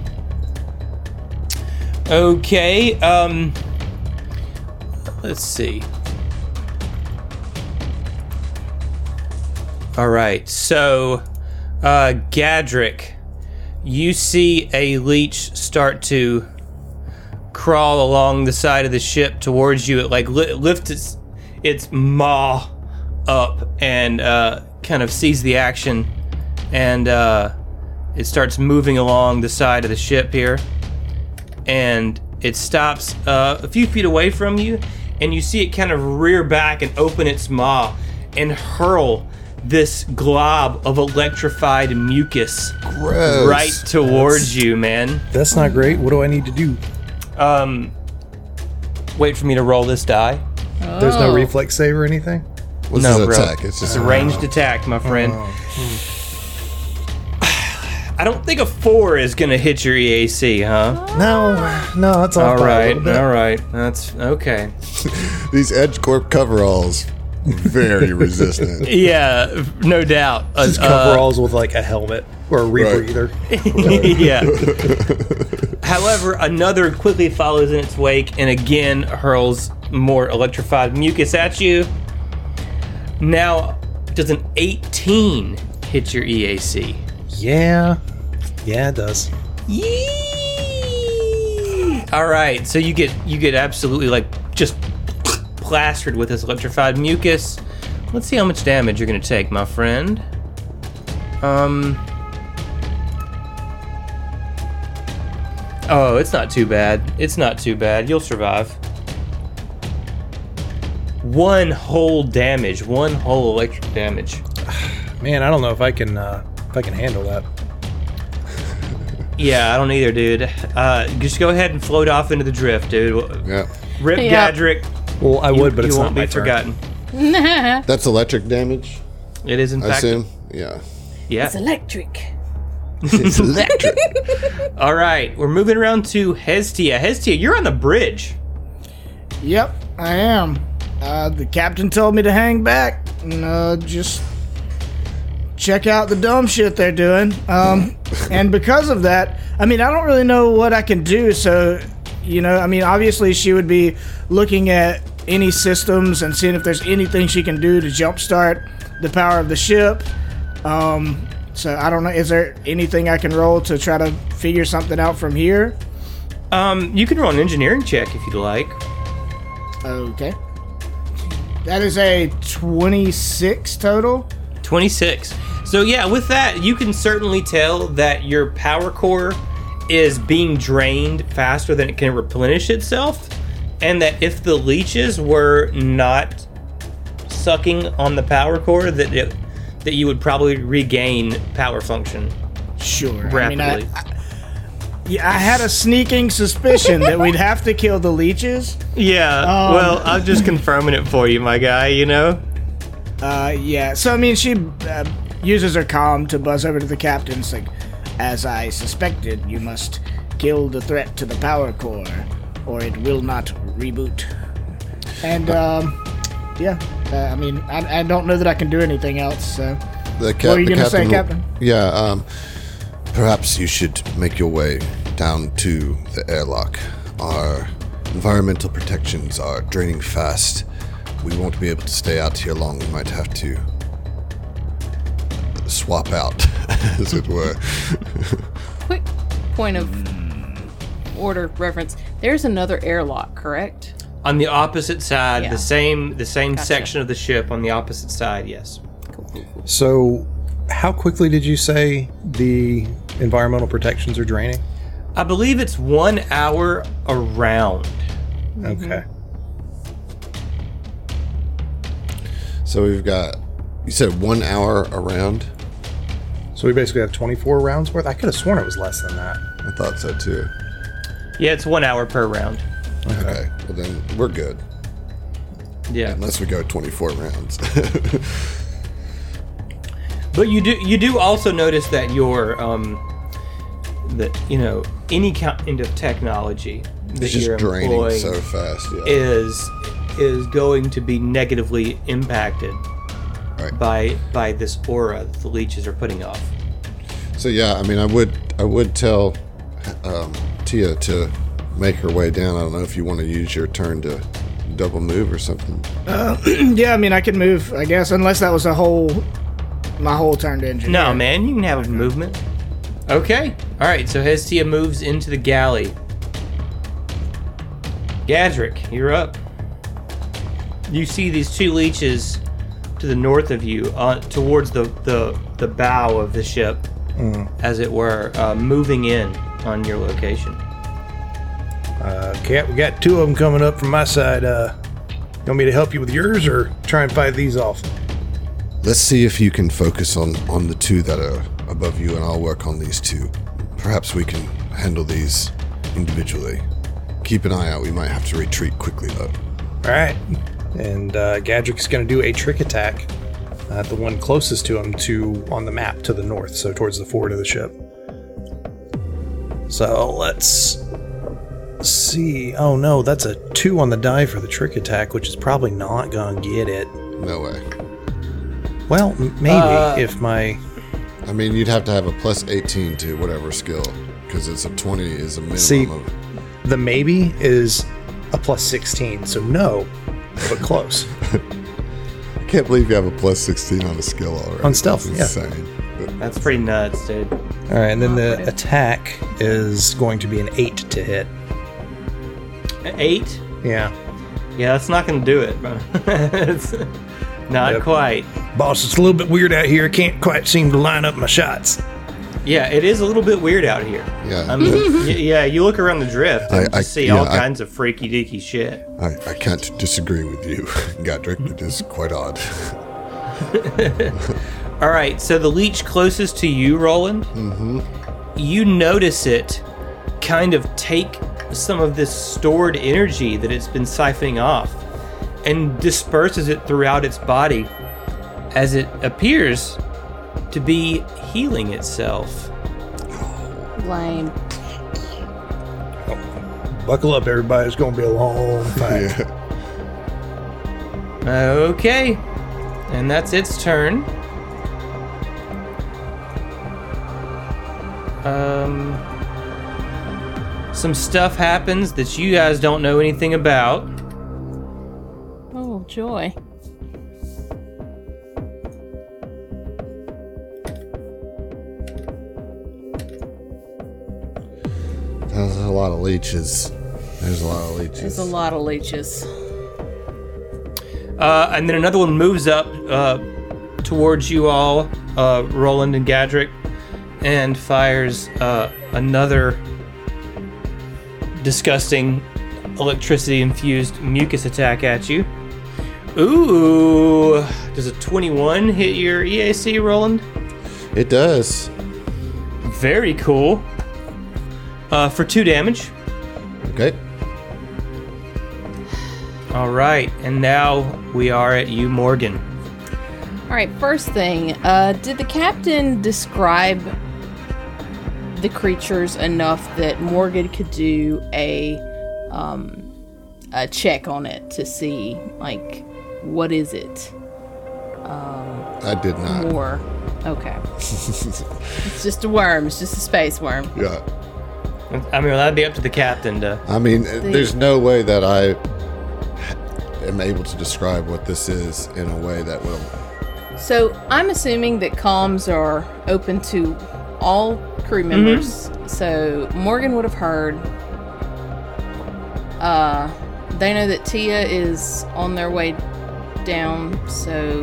[SPEAKER 7] Okay. Um, let's see. All right. So, uh, Gadrick, you see a leech start to crawl along the side of the ship towards you. It like li- lifts its its maw up and uh, kind of sees the action, and uh, it starts moving along the side of the ship here, and it stops uh, a few feet away from you, and you see it kind of rear back and open its maw and hurl this glob of electrified mucus
[SPEAKER 5] Gross.
[SPEAKER 7] right towards you, man.
[SPEAKER 3] That's not great. What do I need to do?
[SPEAKER 7] Um, wait for me to roll this die.
[SPEAKER 3] There's no
[SPEAKER 2] Oh.
[SPEAKER 3] reflex save or anything.
[SPEAKER 5] What's
[SPEAKER 7] no,
[SPEAKER 5] his
[SPEAKER 7] bro.
[SPEAKER 5] attack? It's just
[SPEAKER 7] It's a ranged attack, my friend. I don't think a four is gonna hit your EAC, huh?
[SPEAKER 3] No, no, that's all.
[SPEAKER 7] All right, all right. That's okay.
[SPEAKER 5] These Edge Corp coveralls, very resistant.
[SPEAKER 7] Yeah, no doubt. Uh,
[SPEAKER 3] Just coveralls with like a helmet or a rebreather.
[SPEAKER 7] yeah. However, another quickly follows in its wake and again hurls more electrified mucus at you. Now, does an 18 hit your E EAC?
[SPEAKER 3] Yeah, yeah, it does.
[SPEAKER 7] Yee! All right, so you get you get absolutely like just plastered with this electrified mucus. Let's see how much damage you're gonna take, my friend. Um. Oh, it's not too bad. It's not too bad. You'll survive. One whole damage. One whole electric damage.
[SPEAKER 3] Man, I don't know if I can uh, if I can handle that.
[SPEAKER 7] Yeah, I don't either, dude. Uh, just go ahead and float off into the drift, dude.
[SPEAKER 5] yeah.
[SPEAKER 7] Rip
[SPEAKER 2] Yeah.
[SPEAKER 7] Gadrick.
[SPEAKER 3] Well, I would, but
[SPEAKER 7] you
[SPEAKER 3] it's
[SPEAKER 7] won't
[SPEAKER 3] not my
[SPEAKER 7] be forgotten.
[SPEAKER 5] That's electric damage,
[SPEAKER 7] It is in
[SPEAKER 5] I
[SPEAKER 7] fact.
[SPEAKER 5] assume. Yeah.
[SPEAKER 7] Yeah.
[SPEAKER 2] It's electric.
[SPEAKER 5] It's electric.
[SPEAKER 7] All right, we're moving around to Hestia. Hestia, you're on the bridge.
[SPEAKER 4] Yep, I am. Uh, the captain told me to hang back and uh, just check out the dumb shit they're doing. Um, and because of that, I mean, I don't really know what I can do. So, you know, I mean, obviously she would be looking at any systems and seeing if there's anything she can do to jumpstart the power of the ship. Um, so I don't know. Is there anything I can roll to try to figure something out from here?
[SPEAKER 7] Um, you can roll an engineering check if you'd like.
[SPEAKER 4] Okay. That is a 26 total.
[SPEAKER 7] 26. So yeah, with that, you can certainly tell that your power core is being drained faster than it can replenish itself, and that if the leeches were not sucking on the power core, that it, that you would probably regain power function
[SPEAKER 4] Sure. I mean,
[SPEAKER 7] rapidly.
[SPEAKER 4] I, yeah, I had a sneaking suspicion that we'd have to kill the leeches.
[SPEAKER 7] yeah. well, I'm just confirming it for you, my guy. You know.
[SPEAKER 4] Uh, yeah. So, I mean, she uh, uses her comm to buzz over to the captain. It's like, As I suspected, you must kill the threat to the power core, or it will not reboot. And, um, yeah, uh, I mean, I, I don't know that I can do anything else, so.
[SPEAKER 5] The cap-
[SPEAKER 4] What were you
[SPEAKER 5] the
[SPEAKER 4] gonna say,
[SPEAKER 5] captain- Yeah, um, perhaps you should make your way down to the airlock. Our environmental protections are draining fast. We won't be able to stay out here long. We might have to swap out, as it were.
[SPEAKER 2] Quick point of order reference. There's another airlock, correct?
[SPEAKER 7] On the opposite side,
[SPEAKER 2] Yeah.
[SPEAKER 7] the same the same section of the ship on the opposite side. Yes.
[SPEAKER 3] So, how quickly did you say the environmental protections are draining?
[SPEAKER 7] I believe it's one hour around.
[SPEAKER 3] Okay.
[SPEAKER 5] so we've got, you said one hour around?
[SPEAKER 3] So we basically have 24 rounds worth. I could have sworn it was less than that.
[SPEAKER 5] I thought so too.
[SPEAKER 7] Yeah, it's one hour per round.
[SPEAKER 5] Okay, well then we're good.
[SPEAKER 7] Yeah.
[SPEAKER 5] Unless we go 24 rounds.
[SPEAKER 7] But you do you do also notice that your um that you know any kind of technology that
[SPEAKER 5] it's just
[SPEAKER 7] you're
[SPEAKER 5] draining
[SPEAKER 7] employing
[SPEAKER 5] so fast. Yeah.
[SPEAKER 7] is is going to be negatively impacted
[SPEAKER 5] Right.
[SPEAKER 7] by by this aura that the leeches are putting off.
[SPEAKER 5] So yeah, I mean, I would I would tell um, Tia to make her way down. I don't know if you want to use your turn to double move or something.
[SPEAKER 4] Yeah, I mean, I can move, I guess, unless that was a whole, my whole turn to engineer.
[SPEAKER 7] No, man, you can have a movement. Okay. All right. So Hestia moves into the galley. Gadrick, you're up. You see these two leeches to the north of you, uh, towards the, the the bow of the ship, as it were, uh, moving in on your location.
[SPEAKER 3] Uh, Cap, we got two of them coming up from my side. Uh, you want me to help you with yours or try and fight these off?
[SPEAKER 5] Let's see if you can focus on on the two that are above you, and I'll work on these two. Perhaps we can handle these individually. Keep an eye out. We might have to retreat quickly though.
[SPEAKER 3] All right. And uh, Gadrick's going to do a trick attack at the one closest to him to on the map to the north, so towards the forward of the ship. So let's see. Oh no, that's a two on the die for the trick attack, which is probably not going to get it.
[SPEAKER 5] No way.
[SPEAKER 3] Well, m- maybe if my
[SPEAKER 5] I mean, you'd have to have a plus 18 to whatever skill, because it's a 20 is a minimum.
[SPEAKER 3] See-
[SPEAKER 5] of,
[SPEAKER 3] the maybe is a plus sixteen, so no, but close.
[SPEAKER 5] I can't believe you have a plus 16 on a skill already.
[SPEAKER 3] On stealth,
[SPEAKER 5] That's
[SPEAKER 3] yeah.
[SPEAKER 5] insane.
[SPEAKER 7] That's pretty nuts, dude.
[SPEAKER 3] All right, and then the attack is going to be an eight to hit.
[SPEAKER 7] Eight.
[SPEAKER 3] Yeah.
[SPEAKER 7] Yeah, that's not gonna do it, bro. It's not
[SPEAKER 3] Yep.
[SPEAKER 7] quite.
[SPEAKER 3] Boss, it's a little bit weird out here. I can't quite seem to line up my shots.
[SPEAKER 7] Yeah, it is a little bit weird out here.
[SPEAKER 5] Yeah.
[SPEAKER 7] I mean, y- yeah, you look around the drift and
[SPEAKER 5] I- I-
[SPEAKER 7] just see
[SPEAKER 5] yeah,
[SPEAKER 7] all
[SPEAKER 5] I-
[SPEAKER 7] kinds of freaky deaky shit.
[SPEAKER 5] I, I can't disagree with you, Gadrick. It is quite odd.
[SPEAKER 7] All right, so the leech closest to you, Roland, mm-hmm. you notice it kind of take some of this stored energy that it's been siphoning off and disperses it throughout its body as it appears to be healing itself.
[SPEAKER 2] Lame.
[SPEAKER 3] Buckle up, everybody. It's going to be a long fight.
[SPEAKER 5] Yeah.
[SPEAKER 7] Okay. And that's its turn. Um, some stuff happens that you guys don't know anything about.
[SPEAKER 2] Oh joy.
[SPEAKER 5] There's a lot of leeches. There's a lot of leeches.
[SPEAKER 2] There's a lot of leeches.
[SPEAKER 7] Uh, and then another one moves up uh, towards you all, uh, Roland and Gadrick, and fires uh, another disgusting electricity infused mucus attack at you. Ooh, does a 21 hit your EAC, Roland?
[SPEAKER 5] It does.
[SPEAKER 7] Very cool. Uh, for two damage.
[SPEAKER 5] Okay.
[SPEAKER 7] All right, and now we are at you, Morgan.
[SPEAKER 2] All right. First thing, uh, did the captain describe the creatures enough that Morgan could do a um, a check on it to see like what is it
[SPEAKER 5] I did not.
[SPEAKER 2] or okay. it's just a worm. It's just a space worm.
[SPEAKER 5] Yeah.
[SPEAKER 7] I mean, that'd be up to the captain to.
[SPEAKER 5] I mean, uh, there's no way that I am able to describe what this is in a way that will.
[SPEAKER 2] So I'm assuming that comms are open to all crew members. So Morgan would have heard. Uh, they know that Tia is on their way down, so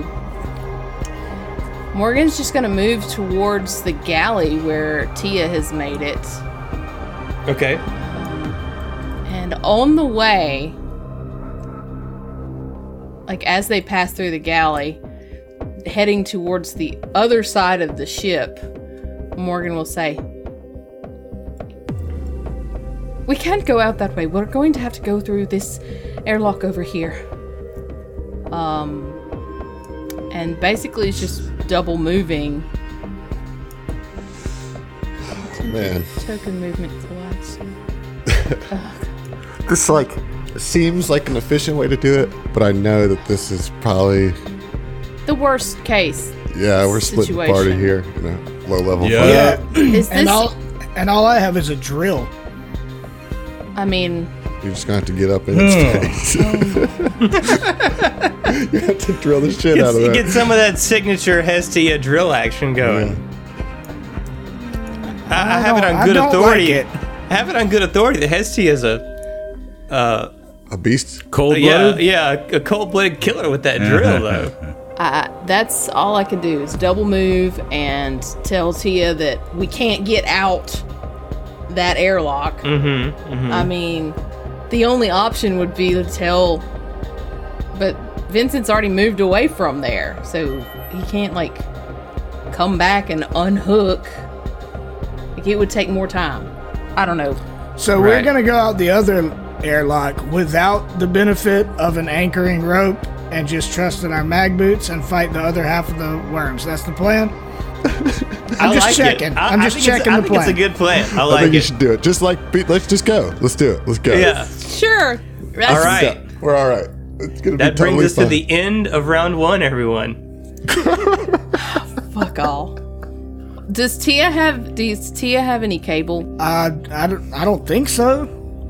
[SPEAKER 2] Morgan's just going to move towards the galley where Tia has made it.
[SPEAKER 7] Okay.
[SPEAKER 2] And on the way, like as they pass through the galley, heading towards the other side of the ship, Morgan will say, We can't go out that way. We're going to have to go through this airlock over here. Um, and basically, it's just double moving.
[SPEAKER 5] Man,
[SPEAKER 2] Token movement collapse.
[SPEAKER 5] this like seems like an efficient way to do it, but I know that this is probably
[SPEAKER 2] The worst case
[SPEAKER 5] yeah we're splitting the party
[SPEAKER 2] Situation.
[SPEAKER 5] here. You know, low level.
[SPEAKER 6] Yeah.
[SPEAKER 5] fight.
[SPEAKER 4] Yeah.
[SPEAKER 2] is
[SPEAKER 4] and
[SPEAKER 2] this.
[SPEAKER 4] all and all I have is a drill.
[SPEAKER 2] I mean,
[SPEAKER 5] You're just gonna have to get up in its face. you have to drill the shit out
[SPEAKER 7] Get,
[SPEAKER 5] of that.
[SPEAKER 7] get some of that signature Hestia drill action going. I, I have it
[SPEAKER 4] don't- I
[SPEAKER 7] on good
[SPEAKER 4] don't
[SPEAKER 7] authority.
[SPEAKER 4] like it.
[SPEAKER 7] I have it on good authority that Hestia is a,
[SPEAKER 5] a beast.
[SPEAKER 6] Cold
[SPEAKER 7] yeah,
[SPEAKER 6] blooded.
[SPEAKER 7] yeah, a cold-blooded killer with that
[SPEAKER 6] Uh-huh.
[SPEAKER 7] drill though.
[SPEAKER 2] I, that's all I can do is double move and tell Tia that we can't get out that airlock. Mm-hmm, I mean, the only option would be to tell, but Vincent's already moved away from there, so he can't like come back and unhook. Like it would take more time. I don't know.
[SPEAKER 4] So we're
[SPEAKER 7] Right.
[SPEAKER 4] gonna go out the other airlock without the benefit of an anchoring rope and just trust in our mag boots and fight the other half of the worms. That's the plan. I'm
[SPEAKER 7] I
[SPEAKER 4] just
[SPEAKER 7] like it.
[SPEAKER 4] checking.
[SPEAKER 7] I-
[SPEAKER 4] I'm
[SPEAKER 7] I
[SPEAKER 4] just
[SPEAKER 7] think it's-
[SPEAKER 4] checking
[SPEAKER 7] I
[SPEAKER 4] the
[SPEAKER 7] think
[SPEAKER 4] plan.
[SPEAKER 7] It's a good plan. I
[SPEAKER 5] I
[SPEAKER 7] like
[SPEAKER 5] think you
[SPEAKER 7] it.
[SPEAKER 5] should do it. Just like be, let's just go. Let's do it. Let's go.
[SPEAKER 7] Yeah.
[SPEAKER 2] Sure. That's-
[SPEAKER 7] All right.
[SPEAKER 5] Yeah, we're all right. It's gonna
[SPEAKER 7] That
[SPEAKER 5] be totally
[SPEAKER 7] brings us
[SPEAKER 5] fine.
[SPEAKER 7] to the end of round one, everyone.
[SPEAKER 2] Fuck all. Does Tia have? Does Tia have any cable?
[SPEAKER 4] Uh, I don't, I don't think so.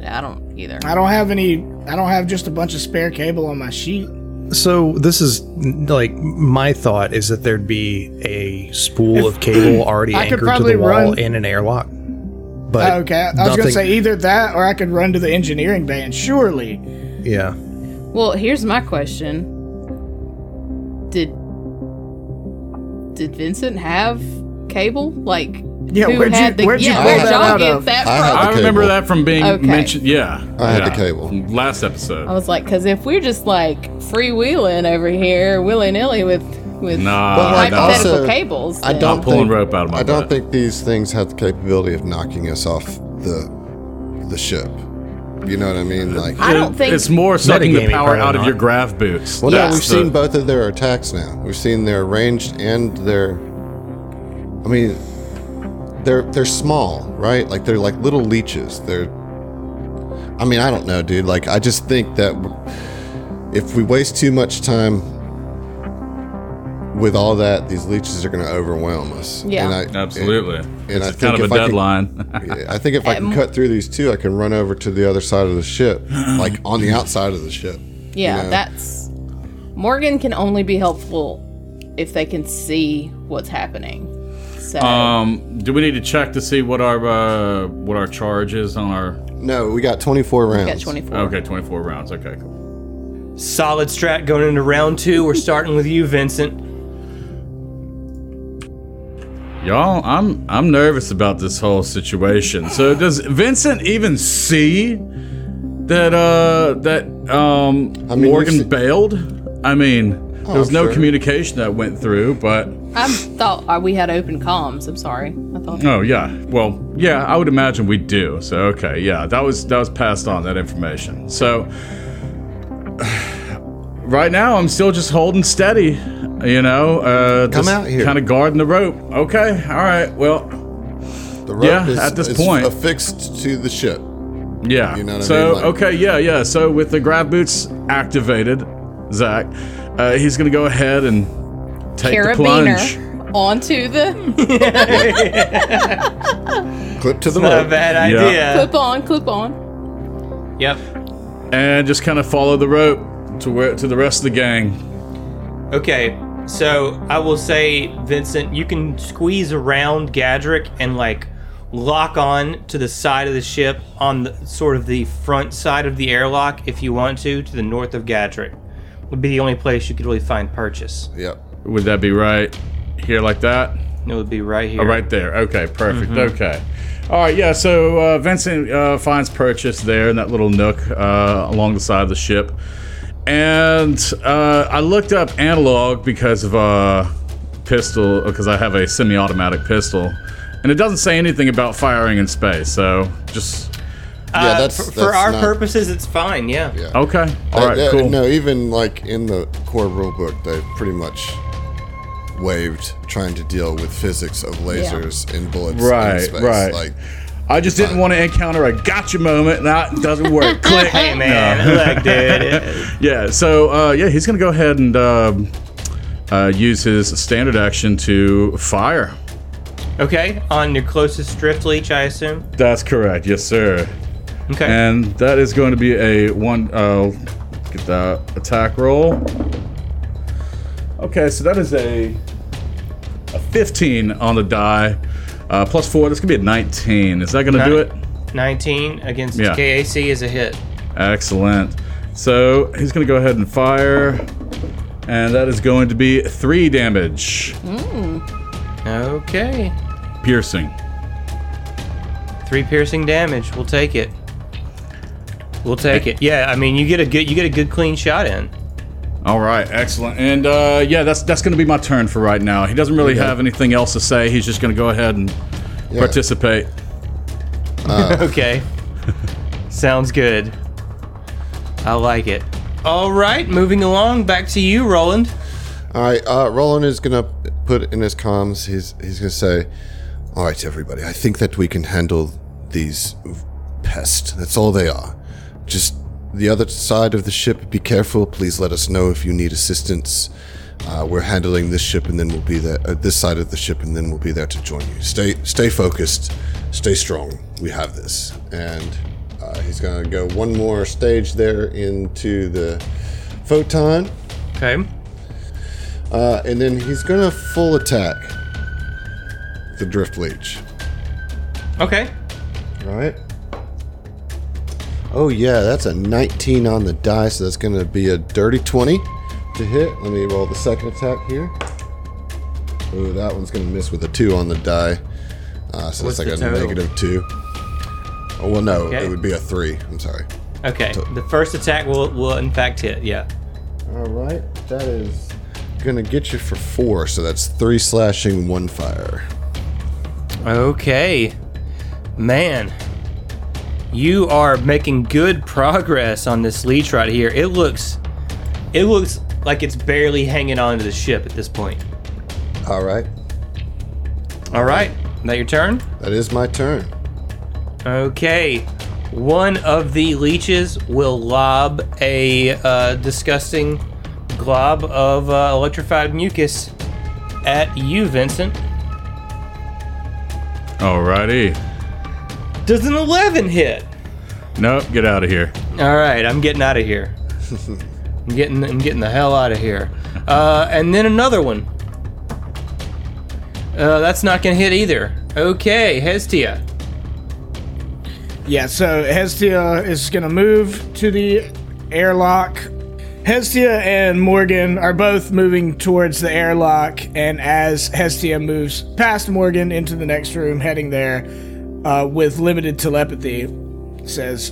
[SPEAKER 2] I don't either.
[SPEAKER 4] I don't have any. I don't have just a bunch of spare cable on my sheet.
[SPEAKER 3] So this is n- like my thought is that there'd be a spool of cable already
[SPEAKER 4] I could
[SPEAKER 3] anchored to
[SPEAKER 4] probably
[SPEAKER 3] the wall
[SPEAKER 4] run-
[SPEAKER 3] in an airlock. But
[SPEAKER 4] okay, I was gonna
[SPEAKER 3] nothing-
[SPEAKER 4] say either that or I could run to the engineering van. Surely,
[SPEAKER 3] yeah.
[SPEAKER 2] Well, here's my question. Did did Vincent have cable? Like
[SPEAKER 4] Yeah, where'd you- where'd you
[SPEAKER 2] yeah,
[SPEAKER 4] pull
[SPEAKER 2] where'd
[SPEAKER 5] that
[SPEAKER 2] y'all
[SPEAKER 4] out
[SPEAKER 2] get
[SPEAKER 4] of?
[SPEAKER 2] that
[SPEAKER 5] I
[SPEAKER 2] from?
[SPEAKER 5] had
[SPEAKER 6] I
[SPEAKER 5] the
[SPEAKER 6] remember
[SPEAKER 5] cable.
[SPEAKER 6] that from being
[SPEAKER 2] Okay. Oh,
[SPEAKER 6] mentioned. Yeah,
[SPEAKER 5] I had
[SPEAKER 6] yeah.
[SPEAKER 5] the cable.
[SPEAKER 6] last
[SPEAKER 2] I
[SPEAKER 6] episode.
[SPEAKER 2] was like, because if we're just like freewheeling over here, willy nilly with with
[SPEAKER 6] Nah,
[SPEAKER 5] But, like,
[SPEAKER 2] hypothetical
[SPEAKER 5] also,
[SPEAKER 2] cables,
[SPEAKER 5] I
[SPEAKER 2] then-
[SPEAKER 5] don't
[SPEAKER 6] I'm pulling
[SPEAKER 5] think,
[SPEAKER 6] rope out of my
[SPEAKER 5] I
[SPEAKER 6] butt.
[SPEAKER 5] don't think these things have the capability of knocking us off the the ship. You know what I mean? Like,
[SPEAKER 2] I don't think
[SPEAKER 6] it's more sucking the
[SPEAKER 3] Metagaming,
[SPEAKER 6] power
[SPEAKER 3] probably
[SPEAKER 6] out of
[SPEAKER 3] not.
[SPEAKER 6] your grav boots.
[SPEAKER 5] well,
[SPEAKER 2] yeah.
[SPEAKER 5] no, we've
[SPEAKER 6] The-
[SPEAKER 5] seen both of their attacks now. We've seen their ranged and their. I mean, they're they're small, right? Like they're like little leeches. They're. I mean, I don't know, dude. Like, I just think that w- if we waste too much time with all that, these leeches are going to overwhelm us.
[SPEAKER 2] Yeah.
[SPEAKER 5] And I-
[SPEAKER 6] Absolutely,
[SPEAKER 5] I
[SPEAKER 6] it's
[SPEAKER 5] think
[SPEAKER 6] kind of a
[SPEAKER 5] if I could-
[SPEAKER 6] deadline.
[SPEAKER 5] I think if I
[SPEAKER 2] Um,
[SPEAKER 5] can cut through these two, I can run over to the other side of the ship, like on the outside of the ship.
[SPEAKER 2] yeah,
[SPEAKER 5] know.
[SPEAKER 2] that's Morgan can only be helpful if they can see what's happening. So
[SPEAKER 6] um, do we need to check to see what our uh, what our charge is on our?
[SPEAKER 5] No, we got 24 rounds.
[SPEAKER 2] got twenty four.
[SPEAKER 6] Okay, twenty four rounds. Okay, cool.
[SPEAKER 7] Solid strat going into round two. We're starting with you, Vincent.
[SPEAKER 6] Y'all, I'm I'm nervous about this whole situation. So does Vincent even see that uh that um
[SPEAKER 5] I mean,
[SPEAKER 6] Morgan
[SPEAKER 5] you've se-
[SPEAKER 6] bailed? I mean, there was no
[SPEAKER 5] sure.
[SPEAKER 6] communication that went through, but
[SPEAKER 2] I thought uh, we had open comms. I'm sorry. I thought.
[SPEAKER 6] oh yeah. Well, yeah, I would imagine we do. So okay, yeah, that was that was passed on that information. So right now I'm still just holding steady, you know, uh
[SPEAKER 5] Come
[SPEAKER 6] just
[SPEAKER 5] out here.
[SPEAKER 6] kind of guarding the rope. Okay. All right. Well,
[SPEAKER 5] Don't The rope
[SPEAKER 6] Yeah,
[SPEAKER 5] is,
[SPEAKER 6] at this
[SPEAKER 5] is
[SPEAKER 6] point.
[SPEAKER 5] affixed to the ship.
[SPEAKER 6] Yeah.
[SPEAKER 5] You know what I
[SPEAKER 6] so
[SPEAKER 5] mean? Like-
[SPEAKER 6] okay, yeah, yeah. So with the grab boots activated, Zach, uh, he's gonna go ahead and take the plunge.
[SPEAKER 2] Carabiner onto the
[SPEAKER 5] Clip to the
[SPEAKER 7] Not a
[SPEAKER 5] rope.
[SPEAKER 7] bad
[SPEAKER 6] Yeah.
[SPEAKER 7] idea.
[SPEAKER 2] clip on, clip on.
[SPEAKER 7] Yep.
[SPEAKER 6] and just kind of follow the rope to where to the rest of the gang.
[SPEAKER 7] Okay. So I will say, Vincent, you can squeeze around Gadrick and like lock on to the side of the ship on the sort of the front side of the airlock if you want to, to the north of Gadrick. Would be the only place you could really find purchase.
[SPEAKER 5] Yep.
[SPEAKER 6] Would that be right here like that?
[SPEAKER 7] It would be right here.
[SPEAKER 6] Oh, right there. Okay, perfect. Okay. All right, yeah, so uh, Vincent uh, finds purchase there in that little nook uh, along the side of the ship. And uh, I looked up analog because of uh, pistol, because I have a semi automatic pistol. And it doesn't say anything about firing in space, so just.
[SPEAKER 5] yeah,
[SPEAKER 7] Uh,
[SPEAKER 5] that's,
[SPEAKER 7] for, for
[SPEAKER 5] that's
[SPEAKER 7] our
[SPEAKER 5] not-
[SPEAKER 7] purposes, it's fine. Yeah.
[SPEAKER 5] Uh, Yeah.
[SPEAKER 6] Okay. All
[SPEAKER 5] That-
[SPEAKER 6] right,
[SPEAKER 5] that-
[SPEAKER 6] cool.
[SPEAKER 5] No, even like in the core rulebook, they pretty much waived trying to deal with physics of lasers and bullets. in
[SPEAKER 6] Right,
[SPEAKER 5] space.
[SPEAKER 6] right.
[SPEAKER 5] Like,
[SPEAKER 6] I just didn't want to encounter a gotcha moment, and that doesn't work. Click.
[SPEAKER 7] Hey man, look, dude.
[SPEAKER 6] Yeah. So uh, yeah, he's gonna go ahead and um uh, use his standard action to fire.
[SPEAKER 7] Okay, on your closest drift leech, I assume.
[SPEAKER 6] That's correct. Yes, sir.
[SPEAKER 7] Okay.
[SPEAKER 6] And that is going to be a one. Uh, get that attack roll. Okay, so that is a a 15 on the die, uh, plus four. That's gonna be a 19. Is that gonna do it?
[SPEAKER 7] 19 against
[SPEAKER 6] Yeah.
[SPEAKER 7] KAC is a hit.
[SPEAKER 6] Excellent. So he's going to go ahead and fire, and that is going to be three damage,
[SPEAKER 7] Okay.
[SPEAKER 6] Mm. piercing.
[SPEAKER 7] Three piercing damage. We'll take it. We'll take it. Yeah, I mean, you get a good, you get a good clean shot in.
[SPEAKER 6] All right, excellent. And uh, yeah, that's that's going to be my turn for right now. He doesn't really have anything else to say. He's just going to go ahead and
[SPEAKER 5] yeah.
[SPEAKER 6] participate.
[SPEAKER 7] Okay. Sounds good. I like it. All right, moving along. Back to you, Roland.
[SPEAKER 5] All right, uh, Roland is gonna put in his comms. He's he's gonna say, "All right, everybody. I think that we can handle these pests. That's all they are. Just the other side of the ship. Be careful. Please let us know if you need assistance. Uh, we're handling this ship, and then we'll be there. Uh, this side of the ship, and then we'll be there to join you. Stay stay focused. Stay strong. We have this." And uh, he's gonna go one more stage there into the photon.
[SPEAKER 7] Okay.
[SPEAKER 5] Uh, and then he's gonna full attack the drift leech.
[SPEAKER 7] Okay.
[SPEAKER 5] Right? Oh yeah, that's a 19 on the die, so that's gonna be a dirty 20 to hit. Let me roll the second attack here. Ooh, that one's gonna miss with a two on the die. Uh, so
[SPEAKER 7] What's
[SPEAKER 5] that's like
[SPEAKER 7] the
[SPEAKER 5] a
[SPEAKER 7] total?
[SPEAKER 5] negative two. Oh well, no,
[SPEAKER 7] Okay.
[SPEAKER 5] it would be a three. I'm sorry.
[SPEAKER 7] Okay. The first attack will will in fact hit. Yeah.
[SPEAKER 5] All right, that is gonna get you for four, so that's three slashing, one fire.
[SPEAKER 7] Okay. Man. You are making good progress on this leech right here. It looks it looks like it's barely hanging on to the ship at this point.
[SPEAKER 5] All right,
[SPEAKER 7] All right. That your turn?
[SPEAKER 5] that is my turn.
[SPEAKER 7] Okay. One of the leeches will lob a uh, disgusting glob of uh, electrified mucus at you, Vincent.
[SPEAKER 6] Alrighty.
[SPEAKER 7] Does an 11 hit?
[SPEAKER 6] Nope, get out of here.
[SPEAKER 7] All right, I'm getting out of here. I'm getting I'm getting the hell out of here. Uh, and then another one. Uh, that's not gonna hit either. Okay, Hestia.
[SPEAKER 4] Yeah, so Hestia is going to move to the airlock. Hestia and Morgan are both moving towards the airlock, and as Hestia moves past Morgan into the next room, heading there uh, with limited telepathy, says,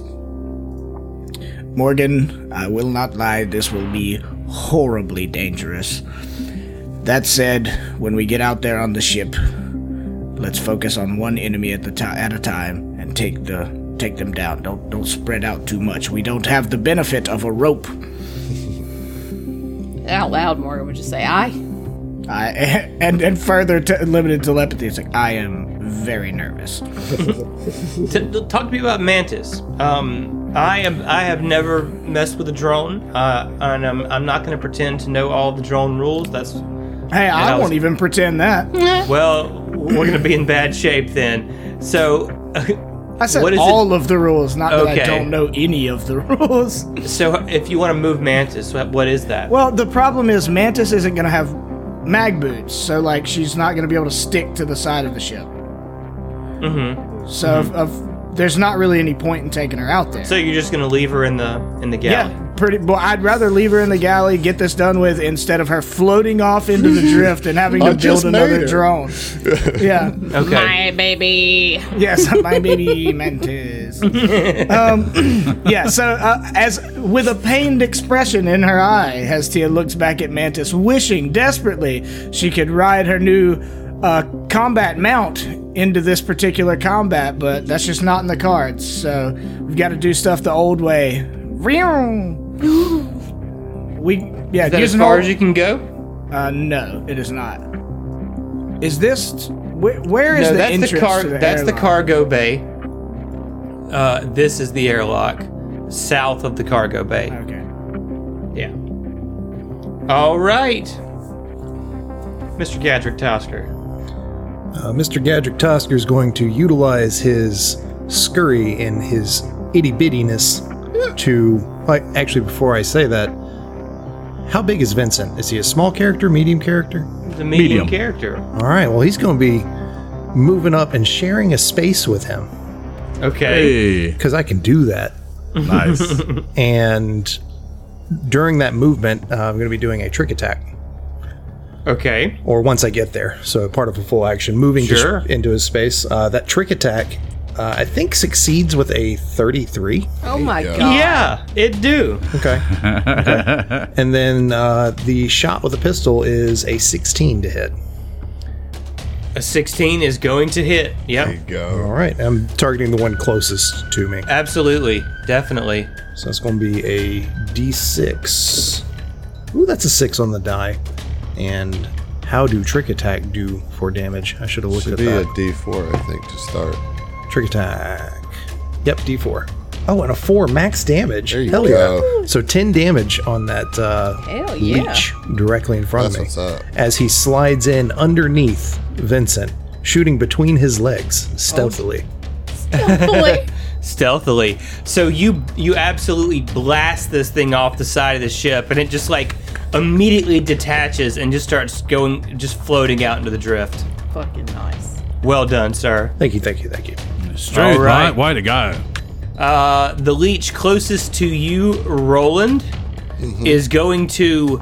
[SPEAKER 4] Morgan, I will not lie, this will be horribly dangerous. That said, when we get out there on the ship, Let's focus on one enemy at the ti at a time and take the take them down. Don't don't spread out too much. We don't have the benefit of a rope.
[SPEAKER 2] Out loud, Morgan would just say, "I."
[SPEAKER 4] I and and further te- limited telepathy. It's like I am very nervous.
[SPEAKER 7] T- t- talk to me about Mantis. Um, I am. I have never messed with a drone, uh, and I'm, I'm not going to pretend to know all the drone rules. That's
[SPEAKER 4] Hey, I
[SPEAKER 7] I was-
[SPEAKER 4] won't even pretend that.
[SPEAKER 7] well, we're going to be in bad shape then. So,
[SPEAKER 4] I said
[SPEAKER 7] What is it-
[SPEAKER 4] all of the rules, not that I
[SPEAKER 7] Okay.
[SPEAKER 4] don't know any of the rules.
[SPEAKER 7] so if you want to move Mantis, what, what is that?
[SPEAKER 4] Well, the problem is Mantis isn't going to have mag boots, so like she's not going to be able to stick to the side of the ship. Mm-hmm.
[SPEAKER 7] Mm-hmm.
[SPEAKER 4] So if- if- there's not really any point in taking her out there.
[SPEAKER 7] so you're just going to leave her in the in the galley?
[SPEAKER 4] yeah, pretty. Well, I'd rather leave her in the galley, get this done with, instead of her floating off into the drift and having
[SPEAKER 5] I
[SPEAKER 4] to build
[SPEAKER 5] just made
[SPEAKER 4] another
[SPEAKER 5] her.
[SPEAKER 4] drone. yeah.
[SPEAKER 7] Okay.
[SPEAKER 2] My baby.
[SPEAKER 4] Yes, my baby mantis. um, yeah, so uh, as with a pained expression in her eye, Hestia looks back at Mantis, wishing desperately she could ride her new uh, combat mount into this particular combat, but that's just not in the cards. So we've got to do stuff the old way. We yeah,
[SPEAKER 7] Is that
[SPEAKER 4] use
[SPEAKER 7] as
[SPEAKER 4] an
[SPEAKER 7] far
[SPEAKER 4] old-
[SPEAKER 7] as you can go?
[SPEAKER 4] uh, no, it is not. Is this where, where is
[SPEAKER 7] No,
[SPEAKER 4] the
[SPEAKER 7] that's
[SPEAKER 4] entrance
[SPEAKER 7] the car.
[SPEAKER 4] to the
[SPEAKER 7] that's the
[SPEAKER 4] airlock?
[SPEAKER 7] cargo bay. Uh, this is the airlock, south of the cargo bay.
[SPEAKER 4] Okay.
[SPEAKER 7] Yeah. All right. Mr. Gadrick Tosker.
[SPEAKER 3] Uh, Mr. Gadrick Tosker is going to utilize his scurry and his itty bittiness to. Like, actually, before I say that, how big is Vincent? Is he a small character, medium character?
[SPEAKER 7] The medium,
[SPEAKER 6] Medium.
[SPEAKER 7] character.
[SPEAKER 3] All right, well, he's going to be moving up and sharing a space with him
[SPEAKER 7] Okay.
[SPEAKER 6] Hey,
[SPEAKER 3] because I can do that.
[SPEAKER 6] nice.
[SPEAKER 3] And during that movement, uh, I'm going to be doing a trick attack.
[SPEAKER 7] Okay.
[SPEAKER 3] or once I get there. So part of a full action, moving to-
[SPEAKER 7] Sure.
[SPEAKER 3] into his space. Uh, that trick attack, uh, I think, succeeds with a 33.
[SPEAKER 2] Oh my
[SPEAKER 5] go.
[SPEAKER 2] god.
[SPEAKER 7] Yeah, it do.
[SPEAKER 3] Okay. and then uh, the shot with a pistol is a 16 to hit.
[SPEAKER 7] A 16 is going to hit.
[SPEAKER 5] There you
[SPEAKER 7] Yep.
[SPEAKER 5] go.
[SPEAKER 3] All right. I'm targeting the one closest to me.
[SPEAKER 7] Absolutely. Definitely.
[SPEAKER 3] So that's going to be a d6. Ooh, that's a 6 on the die. And how do trick attack do for damage? I should have looked
[SPEAKER 5] Should
[SPEAKER 3] at
[SPEAKER 5] be
[SPEAKER 3] that.
[SPEAKER 5] a D4, I think, to start.
[SPEAKER 3] Trick attack. Yep, D4. Oh, and a four max damage.
[SPEAKER 5] There you
[SPEAKER 3] Hell
[SPEAKER 5] go.
[SPEAKER 3] yeah! So ten damage on that uh,
[SPEAKER 2] Hell yeah.
[SPEAKER 3] leech directly in front
[SPEAKER 5] That's
[SPEAKER 3] of me
[SPEAKER 5] what's up.
[SPEAKER 3] as he slides in underneath Vincent, shooting between his legs stealthily.
[SPEAKER 2] Boy.
[SPEAKER 7] Stealthily. So you you absolutely blast this thing off the side of the ship and it just like immediately detaches and just starts going just floating out into the drift.
[SPEAKER 2] Fucking nice.
[SPEAKER 7] Well done, sir.
[SPEAKER 3] Thank you, thank you, thank you.
[SPEAKER 6] Straight
[SPEAKER 7] All right.
[SPEAKER 6] right. Way to go.
[SPEAKER 7] Uh, the leech closest to you, Roland,
[SPEAKER 5] Mm-hmm.
[SPEAKER 7] is going to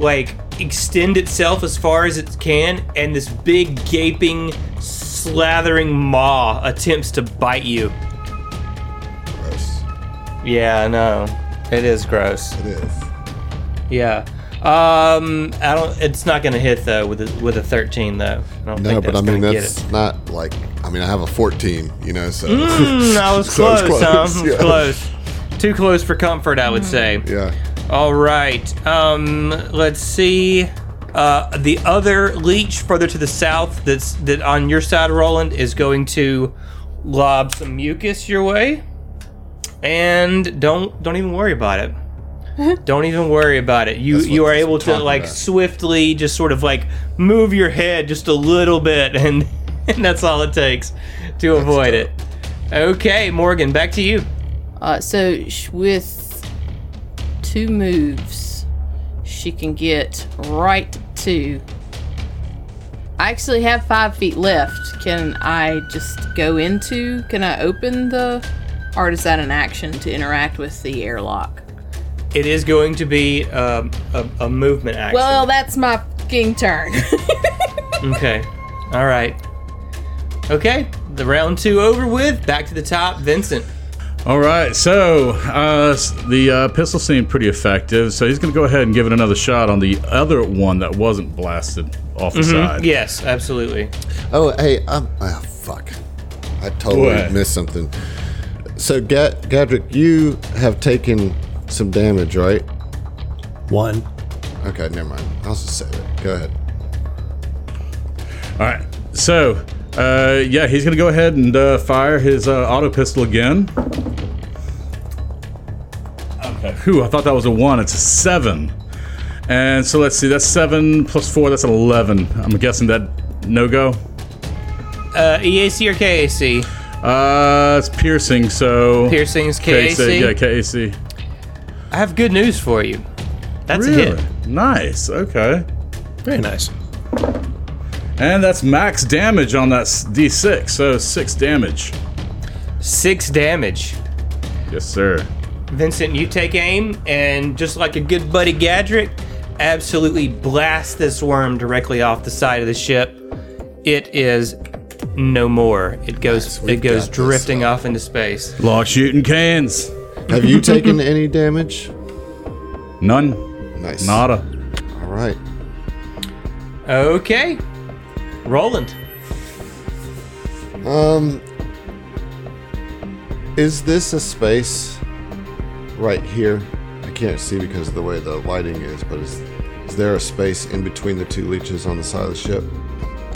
[SPEAKER 7] like extend itself as far as it can, and this big gaping, slathering maw attempts to bite you.
[SPEAKER 5] Gross.
[SPEAKER 7] Yeah, I know. It is gross.
[SPEAKER 5] It is.
[SPEAKER 7] Yeah. Um, I don't. It's not gonna hit though with a, with a thirteen though. I don't
[SPEAKER 5] No,
[SPEAKER 7] think
[SPEAKER 5] but I
[SPEAKER 7] that's
[SPEAKER 5] mean,
[SPEAKER 7] gonna
[SPEAKER 5] that's
[SPEAKER 7] get it.
[SPEAKER 5] not like. I mean, I have a 14, you know, so.
[SPEAKER 7] Mm, I was
[SPEAKER 5] So
[SPEAKER 7] close.
[SPEAKER 5] it's
[SPEAKER 7] close.
[SPEAKER 5] close,
[SPEAKER 7] Huh? I was
[SPEAKER 5] yeah. Mm-hmm.
[SPEAKER 7] close. Too close for comfort, I would say.
[SPEAKER 5] yeah.
[SPEAKER 7] All right. Um, let's see. Uh, the other leech further to the south that's that on your side, Roland, is going to lob some mucus your way. And don't don't even worry about it. don't even worry about it. You
[SPEAKER 5] That's what-
[SPEAKER 7] you are
[SPEAKER 5] that's
[SPEAKER 7] able
[SPEAKER 5] what I'm
[SPEAKER 7] to
[SPEAKER 5] talking
[SPEAKER 7] like
[SPEAKER 5] about.
[SPEAKER 7] swiftly just sort of like move your head just a little bit and and that's all it takes to avoid it. Okay, Morgan, back to you.
[SPEAKER 2] Uh, so sh- with two moves, she can get right to. I actually have five feet left. Can I just go into? Can I open the? Or is that an action to interact with the airlock?
[SPEAKER 7] It is going to be um, a, a movement action.
[SPEAKER 2] Well, that's my fucking turn.
[SPEAKER 7] Okay. All right. Okay. The round two over with. Back to the top, Vincent.
[SPEAKER 6] All right, so uh, s- the uh, pistol seemed pretty effective, so he's going to go ahead and give it another shot on the other one that wasn't blasted off the side.
[SPEAKER 7] Yes, absolutely.
[SPEAKER 5] Oh, hey, um, ah, fuck. I totally
[SPEAKER 6] What?
[SPEAKER 5] missed something. So, Ga- Gadrick, you have taken some damage, right?
[SPEAKER 3] One.
[SPEAKER 5] Okay, never mind. I'll just save it. Go ahead.
[SPEAKER 6] All right, so Uh, yeah, he's gonna go ahead and uh, fire his uh, auto pistol again. Okay. Whew, I thought that was a one. It's a seven. And so let's see. That's seven plus four. That's eleven. I'm guessing that no go.
[SPEAKER 7] Uh, EAC or KAC?
[SPEAKER 6] Uh, it's piercing. So
[SPEAKER 7] Piercings, KAC.
[SPEAKER 6] KAC. Yeah, KAC.
[SPEAKER 7] I have good news for you. That's a hit.
[SPEAKER 6] Nice. Okay.
[SPEAKER 3] Very nice.
[SPEAKER 6] And that's max damage on that s- D6. So six damage.
[SPEAKER 7] Six damage.
[SPEAKER 6] Yes, sir.
[SPEAKER 7] Vincent, you take aim, and just like a good buddy Gadrick, absolutely blast this worm directly off the side of the ship. It is no more. It goes.
[SPEAKER 5] we've
[SPEAKER 7] it goes
[SPEAKER 5] got this.
[SPEAKER 7] drifting off into space.
[SPEAKER 6] Lock shooting cans.
[SPEAKER 5] Have you taken any damage?
[SPEAKER 6] None.
[SPEAKER 5] Nice.
[SPEAKER 6] Nada.
[SPEAKER 5] All right.
[SPEAKER 7] Okay, Roland.
[SPEAKER 5] Um, is this a space right here? I can't see because of the way the lighting is, but is, is there a space in between the two leeches on the side of the ship?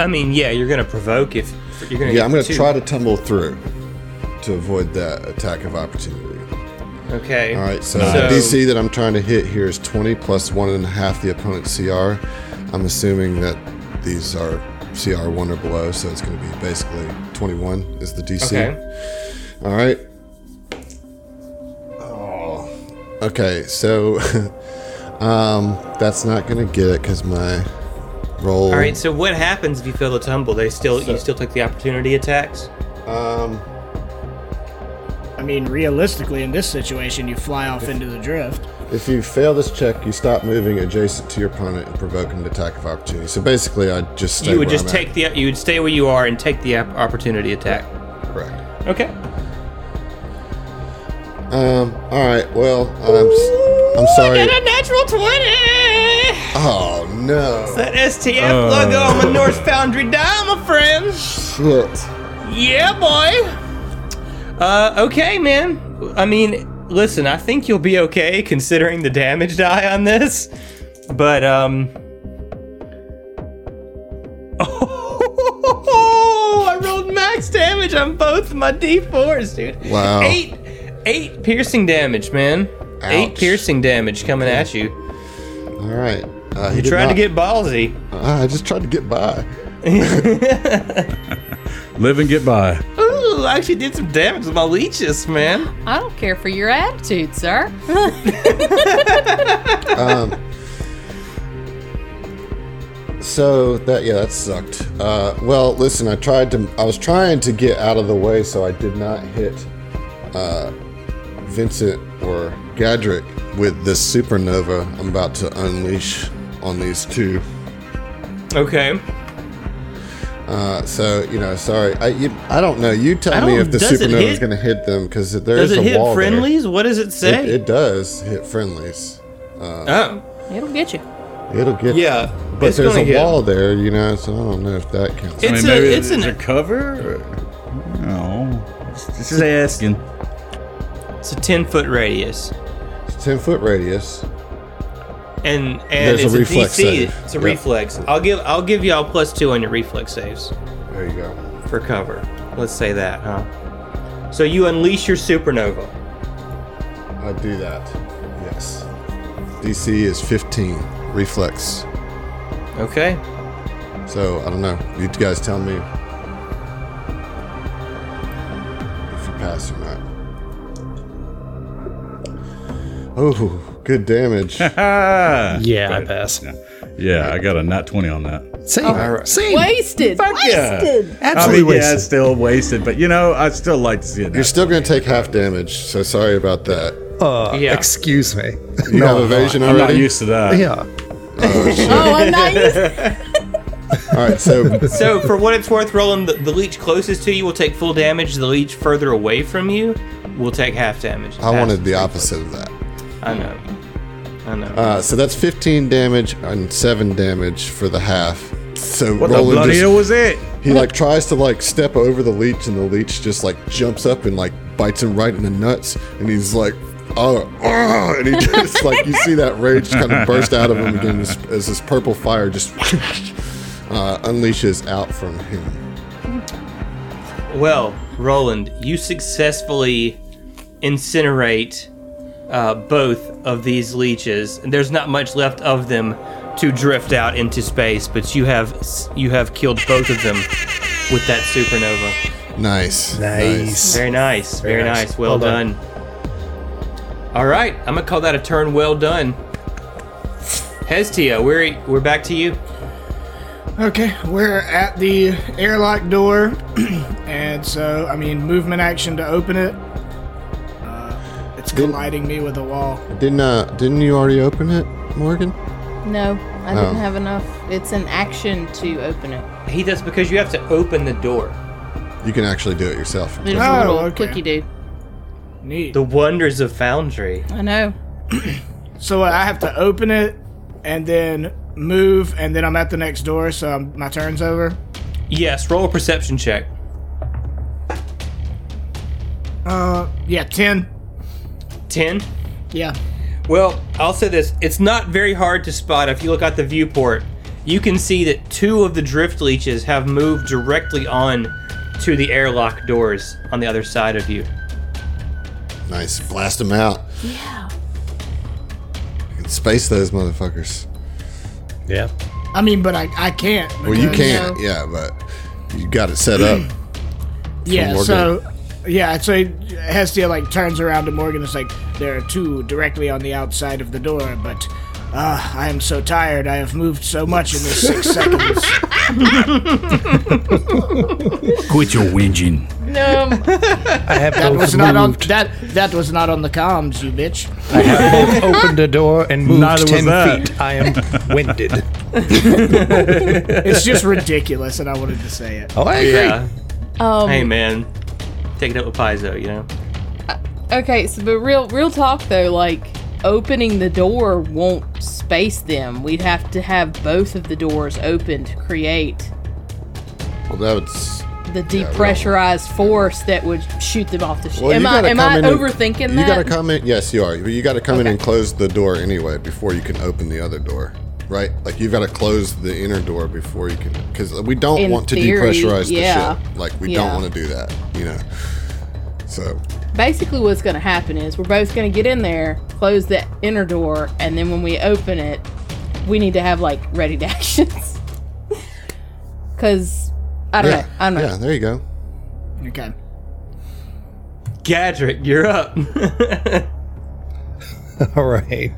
[SPEAKER 7] I mean, yeah, you're gonna provoke if you're gonna.
[SPEAKER 5] Yeah, I'm going
[SPEAKER 7] to
[SPEAKER 5] to try to tumble through to avoid that attack of opportunity.
[SPEAKER 7] Okay.
[SPEAKER 5] All right, so
[SPEAKER 7] Nice.
[SPEAKER 5] the DC that I'm trying to hit here is 20 plus one and a half the opponent's CR. I'm assuming that these are CR one or below, so it's going to be basically 21 is the DC.
[SPEAKER 7] Okay.
[SPEAKER 5] All right. Oh. Okay, so um, that's not going to get it because my roll.
[SPEAKER 7] All right. So what happens if you fail the tumble? They still you still take the opportunity attacks.
[SPEAKER 5] Um,
[SPEAKER 4] I mean, realistically, in this situation, you fly off into the drift.
[SPEAKER 5] If you fail this check, you stop moving adjacent to your opponent and provoke an attack of opportunity. So basically, I just stay
[SPEAKER 7] you would
[SPEAKER 5] where
[SPEAKER 7] just
[SPEAKER 5] I'm
[SPEAKER 7] take the you would stay where you are and take the op- opportunity attack.
[SPEAKER 5] at. correct.
[SPEAKER 7] Okay.
[SPEAKER 5] Um. All right. Well, I'm. s- I'm sorry.
[SPEAKER 7] natural twenty. Uh.
[SPEAKER 5] Oh no!
[SPEAKER 7] That STF logo on the Norse Foundry die, my friend.
[SPEAKER 5] Shit.
[SPEAKER 7] Yeah, boy. Uh, okay, man. I mean, listen, I think you'll be okay considering the damage die on this, but um. Oh, I rolled max damage on both of my d4s, dude.
[SPEAKER 5] Wow.
[SPEAKER 7] Eight, eight piercing damage, man. Eight
[SPEAKER 5] Ouch.
[SPEAKER 7] piercing damage coming at you.
[SPEAKER 5] All right. Uh, he
[SPEAKER 7] You
[SPEAKER 5] did
[SPEAKER 7] tried to
[SPEAKER 5] not-
[SPEAKER 7] get ballsy.
[SPEAKER 5] Uh, I just tried to get by.
[SPEAKER 6] Live and get by.
[SPEAKER 7] Ooh, I actually did some damage with my leeches, man.
[SPEAKER 2] I don't care for your attitude, sir.
[SPEAKER 5] So that yeah, that sucked. Uh, well, listen, I tried to. I was trying to get out of the way, so I did not hit uh, Vincent or Gadrick with this supernova I'm about to unleash on these two.
[SPEAKER 7] Okay.
[SPEAKER 5] Uh, so you know, sorry. I you, I don't know. You
[SPEAKER 7] I
[SPEAKER 5] tell
[SPEAKER 7] don't-
[SPEAKER 5] me if the
[SPEAKER 7] does it
[SPEAKER 5] supernova
[SPEAKER 7] hit-
[SPEAKER 5] is going to hit them because there
[SPEAKER 7] Does
[SPEAKER 5] is a
[SPEAKER 7] it hit
[SPEAKER 5] wall there.
[SPEAKER 7] friendlies? What does it
[SPEAKER 5] It,
[SPEAKER 7] say?
[SPEAKER 5] it does hit friendlies.
[SPEAKER 7] oh,
[SPEAKER 2] It'll get you.
[SPEAKER 5] It'll get
[SPEAKER 7] yeah.
[SPEAKER 5] But
[SPEAKER 7] it's
[SPEAKER 5] there's
[SPEAKER 7] gonna
[SPEAKER 5] a
[SPEAKER 7] hit.
[SPEAKER 5] wall there, you know. So I don't know if that counts.
[SPEAKER 7] It's
[SPEAKER 6] I mean,
[SPEAKER 7] a.
[SPEAKER 6] maybe
[SPEAKER 7] It's
[SPEAKER 6] is there
[SPEAKER 7] an.
[SPEAKER 6] cover. or- No, this is asking.
[SPEAKER 7] It's a ten foot radius,
[SPEAKER 5] It's a ten foot radius.
[SPEAKER 7] and and
[SPEAKER 5] There's a
[SPEAKER 7] it's a,
[SPEAKER 5] reflex
[SPEAKER 7] DC.
[SPEAKER 5] save.
[SPEAKER 7] It's a
[SPEAKER 5] Yep.
[SPEAKER 7] reflex. I'll give I'll give y'all plus two on your reflex saves
[SPEAKER 5] There you go.
[SPEAKER 7] for cover. Let's say that, huh? So you unleash your supernova.
[SPEAKER 5] I do that. Yes. DC is 15 reflex.
[SPEAKER 7] Okay.
[SPEAKER 5] So I don't know. You guys tell me if you pass or not. Oh, good damage.
[SPEAKER 6] Ah.
[SPEAKER 3] Yeah, I pass.
[SPEAKER 6] Yeah, I got a nat twenty on that.
[SPEAKER 3] Same. Same.
[SPEAKER 2] Wasted. Wasted.
[SPEAKER 3] Absolutely
[SPEAKER 6] I mean, yeah,
[SPEAKER 3] wasted.
[SPEAKER 6] it's still wasted, but you know, I still like to see it.
[SPEAKER 5] You're
[SPEAKER 6] Nat.
[SPEAKER 5] still going to take half damage, so sorry about that.
[SPEAKER 3] Uh,
[SPEAKER 7] Yeah.
[SPEAKER 3] Excuse me.
[SPEAKER 5] You have evasion
[SPEAKER 6] I'm not
[SPEAKER 5] already?
[SPEAKER 6] used to that.
[SPEAKER 3] yeah.
[SPEAKER 2] Oh, I'm not used
[SPEAKER 5] All right, so
[SPEAKER 7] So for what it's worth, Roland, the, the leech closest to you will take full damage. The leech further away from you will take half damage.
[SPEAKER 5] I
[SPEAKER 7] Half-
[SPEAKER 5] wanted the opposite of that.
[SPEAKER 7] I know. I know.
[SPEAKER 5] Uh, so that's 15 damage and 7 damage for the half. So
[SPEAKER 6] What the
[SPEAKER 5] Roland
[SPEAKER 6] bloody
[SPEAKER 5] just-
[SPEAKER 6] hell was it?
[SPEAKER 5] He like tries to like step over the leech, and the leech just like jumps up and like bites him right in the nuts, and he's like, oh, oh," and he just like you see that rage kind of burst out of him again as, as this purple fire just uh, unleashes out from him.
[SPEAKER 7] Well, Roland, you successfully incinerate uh, both of these leeches, and there's not much left of them to drift out into space. But you have s- you have killed both of them with that supernova.
[SPEAKER 5] Nice.
[SPEAKER 3] Nice.
[SPEAKER 7] Very nice. Very, nice.
[SPEAKER 3] nice.
[SPEAKER 7] Well,
[SPEAKER 3] Well
[SPEAKER 7] done.
[SPEAKER 3] done.
[SPEAKER 7] All right, I'm gonna call that a turn. Well done. Hestia, we're we're back to you.
[SPEAKER 4] Okay, we're at the airlock door, and so I mean movement action to open it. Uh, it's colliding me with the wall.
[SPEAKER 5] Didn't uh, didn't you already open it, Morgan?
[SPEAKER 2] No, I
[SPEAKER 5] Oh.
[SPEAKER 2] didn't have enough. It's an action to open it.
[SPEAKER 7] He does because you have to open the door.
[SPEAKER 5] You can actually do it yourself.
[SPEAKER 2] There's
[SPEAKER 4] Oh,
[SPEAKER 2] a little
[SPEAKER 4] okay.
[SPEAKER 2] quickie do.
[SPEAKER 4] Neat.
[SPEAKER 7] The wonders of Foundry.
[SPEAKER 2] I know.
[SPEAKER 4] So what, I have to open it, and then move, and then I'm at the next door. So I'm, my turn's over.
[SPEAKER 7] Yes, roll a perception check.
[SPEAKER 4] Uh, yeah, ten.
[SPEAKER 7] Ten.
[SPEAKER 4] Yeah.
[SPEAKER 7] Well, I'll say this: it's not very hard to spot if you look out the viewport. You can see that two of the drift leeches have moved directly on to the airlock doors on the other side of you.
[SPEAKER 5] Nice. Blast them out. Yeah. space those motherfuckers.
[SPEAKER 3] Yeah.
[SPEAKER 4] I mean, but I, I can't.
[SPEAKER 5] Well, you
[SPEAKER 4] because-
[SPEAKER 5] can't. Yeah, but you got it set up.
[SPEAKER 4] Yeah.
[SPEAKER 5] Morgan.
[SPEAKER 4] So yeah. So Hestia like turns around to Morgan. It's like there are two directly on the outside of the door, but. Uh, I am so tired. I have moved so much in this six seconds.
[SPEAKER 6] Quit your whinging.
[SPEAKER 2] No,
[SPEAKER 3] I have
[SPEAKER 4] That
[SPEAKER 3] both
[SPEAKER 4] was not on
[SPEAKER 3] moved.
[SPEAKER 4] that. That was not on the comms, you bitch.
[SPEAKER 3] I have both opened a door and moved
[SPEAKER 6] Neither was
[SPEAKER 3] ten
[SPEAKER 6] that.
[SPEAKER 3] feet. I am winded.
[SPEAKER 4] It's just ridiculous, and I wanted to say it.
[SPEAKER 3] Oh, I agree.
[SPEAKER 7] Yeah.
[SPEAKER 2] um,
[SPEAKER 7] Hey, man. Take it up with Paizo, you know?
[SPEAKER 2] Okay, so but real real talk though, like opening the door won't space them. We'd have to have both of the doors open to create
[SPEAKER 5] Well, that would. s-
[SPEAKER 2] the depressurized force that would shoot them off the ship.
[SPEAKER 5] Well,
[SPEAKER 2] am
[SPEAKER 5] you
[SPEAKER 2] I
[SPEAKER 5] gotta
[SPEAKER 2] am
[SPEAKER 5] come
[SPEAKER 2] I
[SPEAKER 5] in and-
[SPEAKER 2] overthinking
[SPEAKER 5] you
[SPEAKER 2] that?
[SPEAKER 5] gotta come in. Yes, you are. But you gotta come in and close the door anyway before you can open the other door, right? Like you've gotta close the inner door before you can, because we don't
[SPEAKER 2] In
[SPEAKER 5] want to
[SPEAKER 2] theory,
[SPEAKER 5] depressurize
[SPEAKER 2] yeah.
[SPEAKER 5] the ship. Like we
[SPEAKER 2] Yeah.
[SPEAKER 5] don't want to do that, you know. So
[SPEAKER 2] Basically, what's going to happen is we're both going to get in there, close the inner door, and then when we open it, we need to have like ready to actions. Because I don't
[SPEAKER 5] yeah,
[SPEAKER 2] know. I don't know.
[SPEAKER 5] yeah, there you go.
[SPEAKER 4] Okay.
[SPEAKER 7] Gadrick, you're up.
[SPEAKER 3] All right.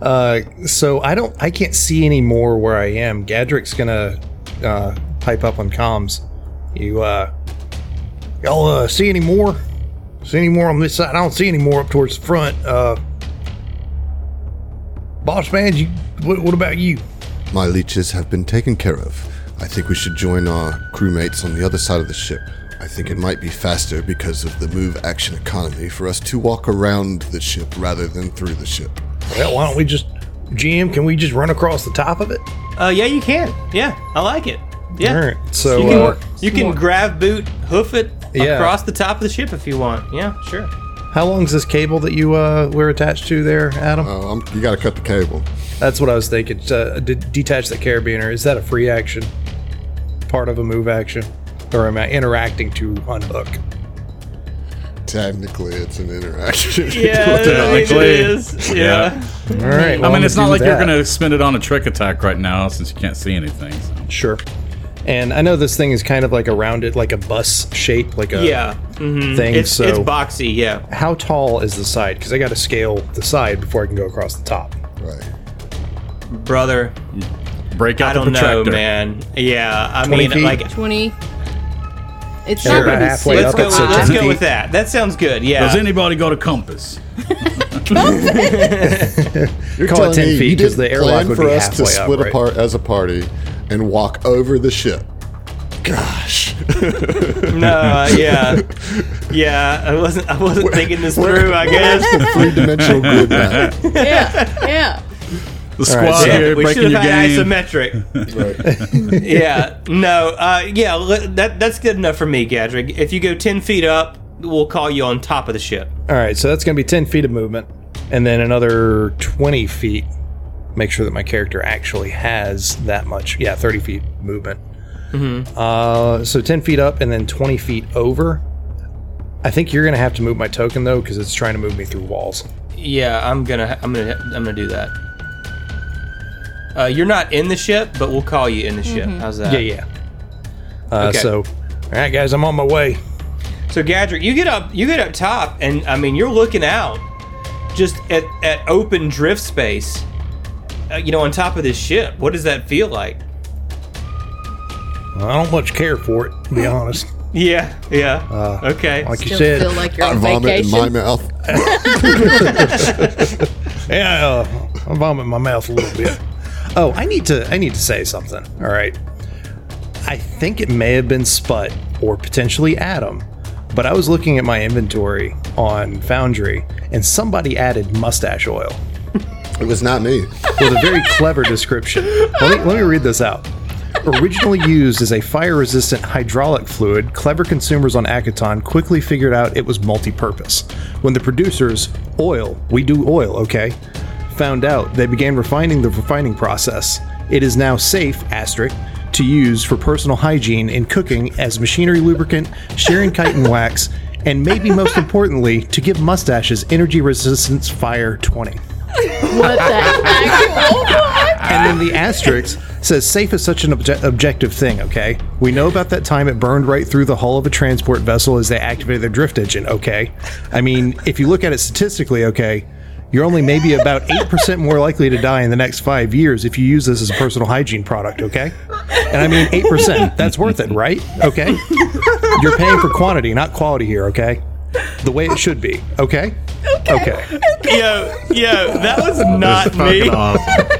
[SPEAKER 3] Uh, so I don't, I can't see any more where I am. Gadrick's gonna uh, pipe up on comms. You, uh, y'all uh, see any more? See any more on this side? I don't see any more up towards the front. Uh, boss man, you, what, what about you?
[SPEAKER 5] My leeches have been taken care of. I think we should join our crewmates on the other side of the ship. I think it might be faster because of the move action economy for us to walk around the ship rather than through the ship.
[SPEAKER 3] Well, why don't we just, GM? Can we just run across the top of it?
[SPEAKER 7] uh, yeah, you can. Yeah, I like it. Yeah.
[SPEAKER 3] All right. So
[SPEAKER 7] You can,
[SPEAKER 3] uh,
[SPEAKER 7] you can grab boot, hoof it
[SPEAKER 3] Yeah.
[SPEAKER 7] across the top of the ship if you want. Yeah, sure.
[SPEAKER 3] How long's this cable that you uh, were attached to there, Adam?
[SPEAKER 5] Oh, I'm, you gotta cut the cable.
[SPEAKER 3] That's what I was thinking. Uh, de- detach the carabiner. Is that a free action? Part of a move action? Or am I interacting to unhook?
[SPEAKER 5] Technically, it's an interaction.
[SPEAKER 6] Technically. is.
[SPEAKER 7] Yeah.
[SPEAKER 6] Yeah.
[SPEAKER 3] All right.
[SPEAKER 6] I mean, it's not like you're
[SPEAKER 3] to.
[SPEAKER 6] going to spend it on a trick attack right now since you can't see anything. So.
[SPEAKER 3] Sure. And I know this thing is kind of like a rounded, like a bus shape, like a
[SPEAKER 7] Yeah. mhm.
[SPEAKER 3] thing.
[SPEAKER 7] It's,
[SPEAKER 3] so,
[SPEAKER 7] it's boxy, yeah.
[SPEAKER 3] how tall is the side? Because I got to scale the side before I can go across the top.
[SPEAKER 5] Right.
[SPEAKER 7] Brother,
[SPEAKER 6] Break out
[SPEAKER 7] I
[SPEAKER 6] the
[SPEAKER 7] don't know,
[SPEAKER 6] protractor.
[SPEAKER 7] man. Yeah, I
[SPEAKER 3] 20
[SPEAKER 7] mean,
[SPEAKER 3] feet?
[SPEAKER 7] like,
[SPEAKER 2] 20. It's
[SPEAKER 3] Sure.
[SPEAKER 2] not going to be
[SPEAKER 3] Halfway
[SPEAKER 2] super
[SPEAKER 7] let's
[SPEAKER 3] up,
[SPEAKER 7] go,
[SPEAKER 3] it's a
[SPEAKER 7] let's
[SPEAKER 3] 10
[SPEAKER 7] go with
[SPEAKER 3] feet.
[SPEAKER 7] that. That sounds good, yeah.
[SPEAKER 6] Does anybody got a compass?
[SPEAKER 3] You're
[SPEAKER 5] Tell
[SPEAKER 3] calling it 10
[SPEAKER 5] me you
[SPEAKER 3] feet because
[SPEAKER 5] didn't
[SPEAKER 3] the airlock
[SPEAKER 5] plan
[SPEAKER 3] would
[SPEAKER 5] for
[SPEAKER 3] be
[SPEAKER 5] us
[SPEAKER 3] halfway
[SPEAKER 5] to
[SPEAKER 3] up.
[SPEAKER 5] split
[SPEAKER 3] right?
[SPEAKER 5] apart as a party and walk over the ship. Gosh.
[SPEAKER 7] No, Uh, yeah, yeah. I wasn't. I wasn't thinking this through. I guess.
[SPEAKER 5] Three dimensional grid map.
[SPEAKER 2] Yeah, yeah.
[SPEAKER 6] The
[SPEAKER 3] All right,
[SPEAKER 6] squad
[SPEAKER 3] so-
[SPEAKER 6] here
[SPEAKER 7] we
[SPEAKER 6] breaking
[SPEAKER 7] should
[SPEAKER 6] your
[SPEAKER 7] have had
[SPEAKER 6] game.
[SPEAKER 7] isometric.
[SPEAKER 5] Right.
[SPEAKER 7] yeah. No. Uh, yeah. le- That that's good enough for me, Gadrick. If you go ten feet up, we'll call you on top of the ship.
[SPEAKER 3] All right, so that's going to be 10 feet of movement, and then another 20 feet. Make sure that my character actually has that much. Yeah, 30 feet movement. Uh, so 10 feet up and then 20 feet over. I think you're going to have to move my token, though, because it's trying to move me through walls.
[SPEAKER 7] Yeah, I'm gonna, I'm gonna, I'm gonna do that. Uh, you're not in the ship, but we'll call you in the ship. How's that?
[SPEAKER 3] Yeah, yeah. Uh,
[SPEAKER 7] Okay.
[SPEAKER 3] So, all right, guys, I'm on my way.
[SPEAKER 7] So Gadrick, you get up, you get up top, and I mean, you're looking out, just at, at open drift space. Uh, you know, on top of this ship. What does that feel like?
[SPEAKER 3] I don't much care for it, to be honest.
[SPEAKER 7] Yeah, yeah.
[SPEAKER 5] Uh,
[SPEAKER 7] okay.
[SPEAKER 3] Like you
[SPEAKER 2] Still
[SPEAKER 3] said,
[SPEAKER 2] feel like you're
[SPEAKER 5] I
[SPEAKER 2] on
[SPEAKER 5] vomit in
[SPEAKER 2] vacation.
[SPEAKER 5] my mouth.
[SPEAKER 3] yeah, uh, I'm vomiting my mouth a little bit. Oh, I need to, I need to say something. All right, I think it may have been Sput or potentially Adam, but I was looking at my inventory on Foundry, and somebody added mustache oil.
[SPEAKER 5] It was not me.
[SPEAKER 3] with a very clever description. Let me, let me read this out. Originally used as a fire resistant hydraulic fluid, clever consumers on Akaton quickly figured out it was multi purpose. When the producers, oil, we do oil, okay, found out, they began refining the refining process. It is now safe, asterisk, to use for personal hygiene in cooking as machinery lubricant, shearing chitin wax, and maybe most importantly, to give mustaches energy resistance fire 20.
[SPEAKER 2] What the actual?
[SPEAKER 3] And then the asterisk says safe is such an obje- objective thing, okay? We know about that time it burned right through the hull of a transport vessel as they activated their drift engine, okay? I mean, if you look at it statistically, okay, you're only maybe about 8% more likely to die in the next five years if you use this as a personal hygiene product, okay? And I mean, 8%, that's worth it, right? Okay? You're paying for quantity, not quality here, okay? The way it should be, okay? Okay.
[SPEAKER 7] yo, yo, that was not
[SPEAKER 6] It's fucking
[SPEAKER 7] me.
[SPEAKER 6] awesome.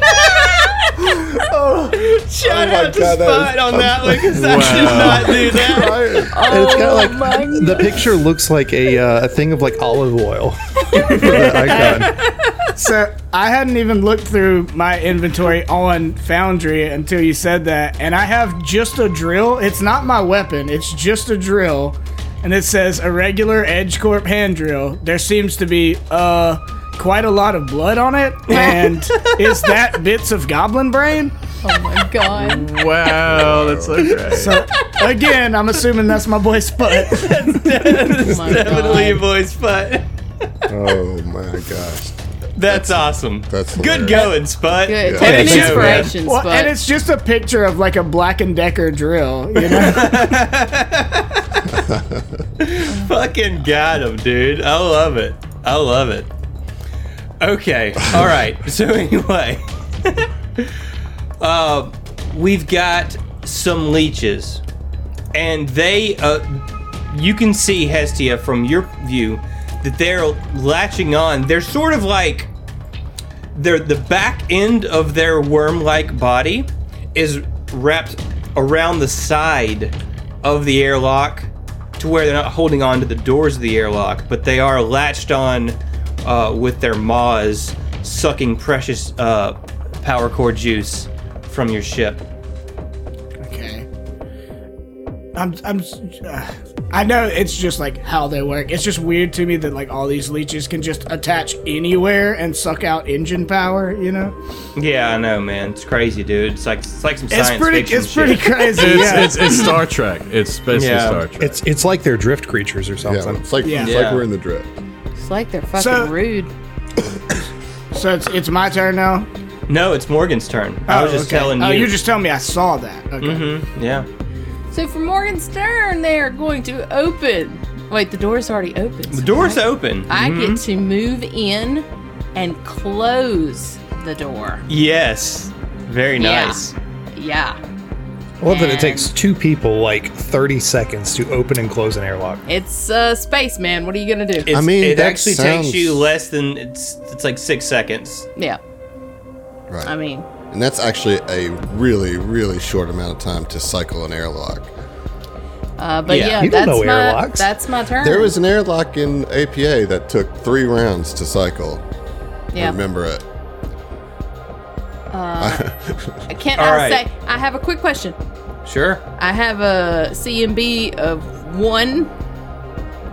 [SPEAKER 7] Shout
[SPEAKER 5] Oh my
[SPEAKER 7] out to
[SPEAKER 5] God, that is-
[SPEAKER 7] Spot on that one because I did
[SPEAKER 6] Wow.
[SPEAKER 7] not do that.
[SPEAKER 5] I,
[SPEAKER 3] And it's
[SPEAKER 7] Oh
[SPEAKER 3] kind of like the picture looks like a uh, a thing of like olive oil for the icon.
[SPEAKER 4] So I hadn't even looked through my inventory on Foundry until you said that, and I have just a drill. It's not my weapon. It's just a drill, and it says a regular Edge Corp hand drill. There seems to be uh quite a lot of blood on it, and is that bits of goblin brain?
[SPEAKER 2] Oh my god!
[SPEAKER 6] Wow, that's so great.
[SPEAKER 4] So again, I'm assuming that's my boy Spud.
[SPEAKER 2] Oh my
[SPEAKER 7] Definitely your
[SPEAKER 2] god!
[SPEAKER 7] voice, Spot.
[SPEAKER 5] oh my gosh.
[SPEAKER 7] That's awesome.
[SPEAKER 5] that's
[SPEAKER 7] good
[SPEAKER 5] hilarious.
[SPEAKER 7] going, Spot.
[SPEAKER 2] Good.
[SPEAKER 5] Yeah,
[SPEAKER 2] Take
[SPEAKER 7] thanks,
[SPEAKER 2] an
[SPEAKER 7] man.
[SPEAKER 2] inspiration,
[SPEAKER 4] Well,
[SPEAKER 2] Spud.
[SPEAKER 4] and it's just a picture of like a Black and Decker drill, you know?
[SPEAKER 7] Fucking got him, dude. I love it. I love it. Okay. All right. So anyway, uh, we've got some leeches, and they, uh, you can see Hestia from your view that they're latching on. They're sort of like their the back end of their worm-like body is wrapped around the side of the airlock to where they're not holding on to the doors of the airlock, but they are latched on uh, with their maws, sucking precious uh, power core juice from your ship.
[SPEAKER 4] Okay. I'm. I'm. Uh, I know it's just like how they work. It's just weird to me that like all these leeches can just attach anywhere and suck out engine power. You know,
[SPEAKER 7] Yeah, I know, man. It's crazy, dude. It's like it's like some
[SPEAKER 4] it's
[SPEAKER 7] science
[SPEAKER 4] pretty.
[SPEAKER 7] fiction
[SPEAKER 4] It's
[SPEAKER 7] shit.
[SPEAKER 4] pretty crazy.
[SPEAKER 6] It's,
[SPEAKER 4] yeah.
[SPEAKER 6] it's, it's Star Trek. It's basically
[SPEAKER 7] Yeah.
[SPEAKER 6] Star Trek.
[SPEAKER 3] It's it's like they're drift creatures or
[SPEAKER 5] Yeah,
[SPEAKER 3] something.
[SPEAKER 5] it's like
[SPEAKER 4] Yeah.
[SPEAKER 5] it's like
[SPEAKER 7] Yeah.
[SPEAKER 5] we're in the drip.
[SPEAKER 2] it's like they're fucking
[SPEAKER 4] So-
[SPEAKER 2] rude.
[SPEAKER 4] so it's it's my turn now.
[SPEAKER 7] No, it's Morgan's turn. I was
[SPEAKER 4] Oh,
[SPEAKER 7] just
[SPEAKER 4] okay.
[SPEAKER 7] telling
[SPEAKER 4] Oh,
[SPEAKER 7] you.
[SPEAKER 4] you're just telling me I saw that. Okay.
[SPEAKER 7] Mhm, Yeah.
[SPEAKER 2] So for Morgan's turn, they are going to open. Wait, the door's already open.
[SPEAKER 7] The door's open. Mm-hmm.
[SPEAKER 2] I get to move in and close the door.
[SPEAKER 7] yes. Very
[SPEAKER 2] Yeah.
[SPEAKER 7] nice.
[SPEAKER 2] Yeah,
[SPEAKER 3] I love that it takes two people like 30 seconds to open and close an airlock.
[SPEAKER 2] it's uh, space, man. What are you gonna do?
[SPEAKER 7] It's-
[SPEAKER 5] mean,
[SPEAKER 7] it
[SPEAKER 5] that
[SPEAKER 7] actually
[SPEAKER 5] sounds-
[SPEAKER 7] takes you less than it's. It's like six seconds.
[SPEAKER 2] yeah,
[SPEAKER 5] Right.
[SPEAKER 2] I mean,
[SPEAKER 5] and that's actually a really, really short amount of time to cycle an airlock.
[SPEAKER 2] uh, but
[SPEAKER 7] Yeah.
[SPEAKER 2] yeah,
[SPEAKER 3] You don't
[SPEAKER 2] that's
[SPEAKER 3] know
[SPEAKER 2] my
[SPEAKER 3] airlocks.
[SPEAKER 2] that's my turn.
[SPEAKER 5] There was an airlock in APA that took three rounds to cycle. I
[SPEAKER 2] yeah.
[SPEAKER 5] remember it.
[SPEAKER 2] I can't.
[SPEAKER 7] All
[SPEAKER 2] Uh, I
[SPEAKER 7] right.
[SPEAKER 2] say I have a quick question.
[SPEAKER 7] Sure.
[SPEAKER 2] I have a CMB of one.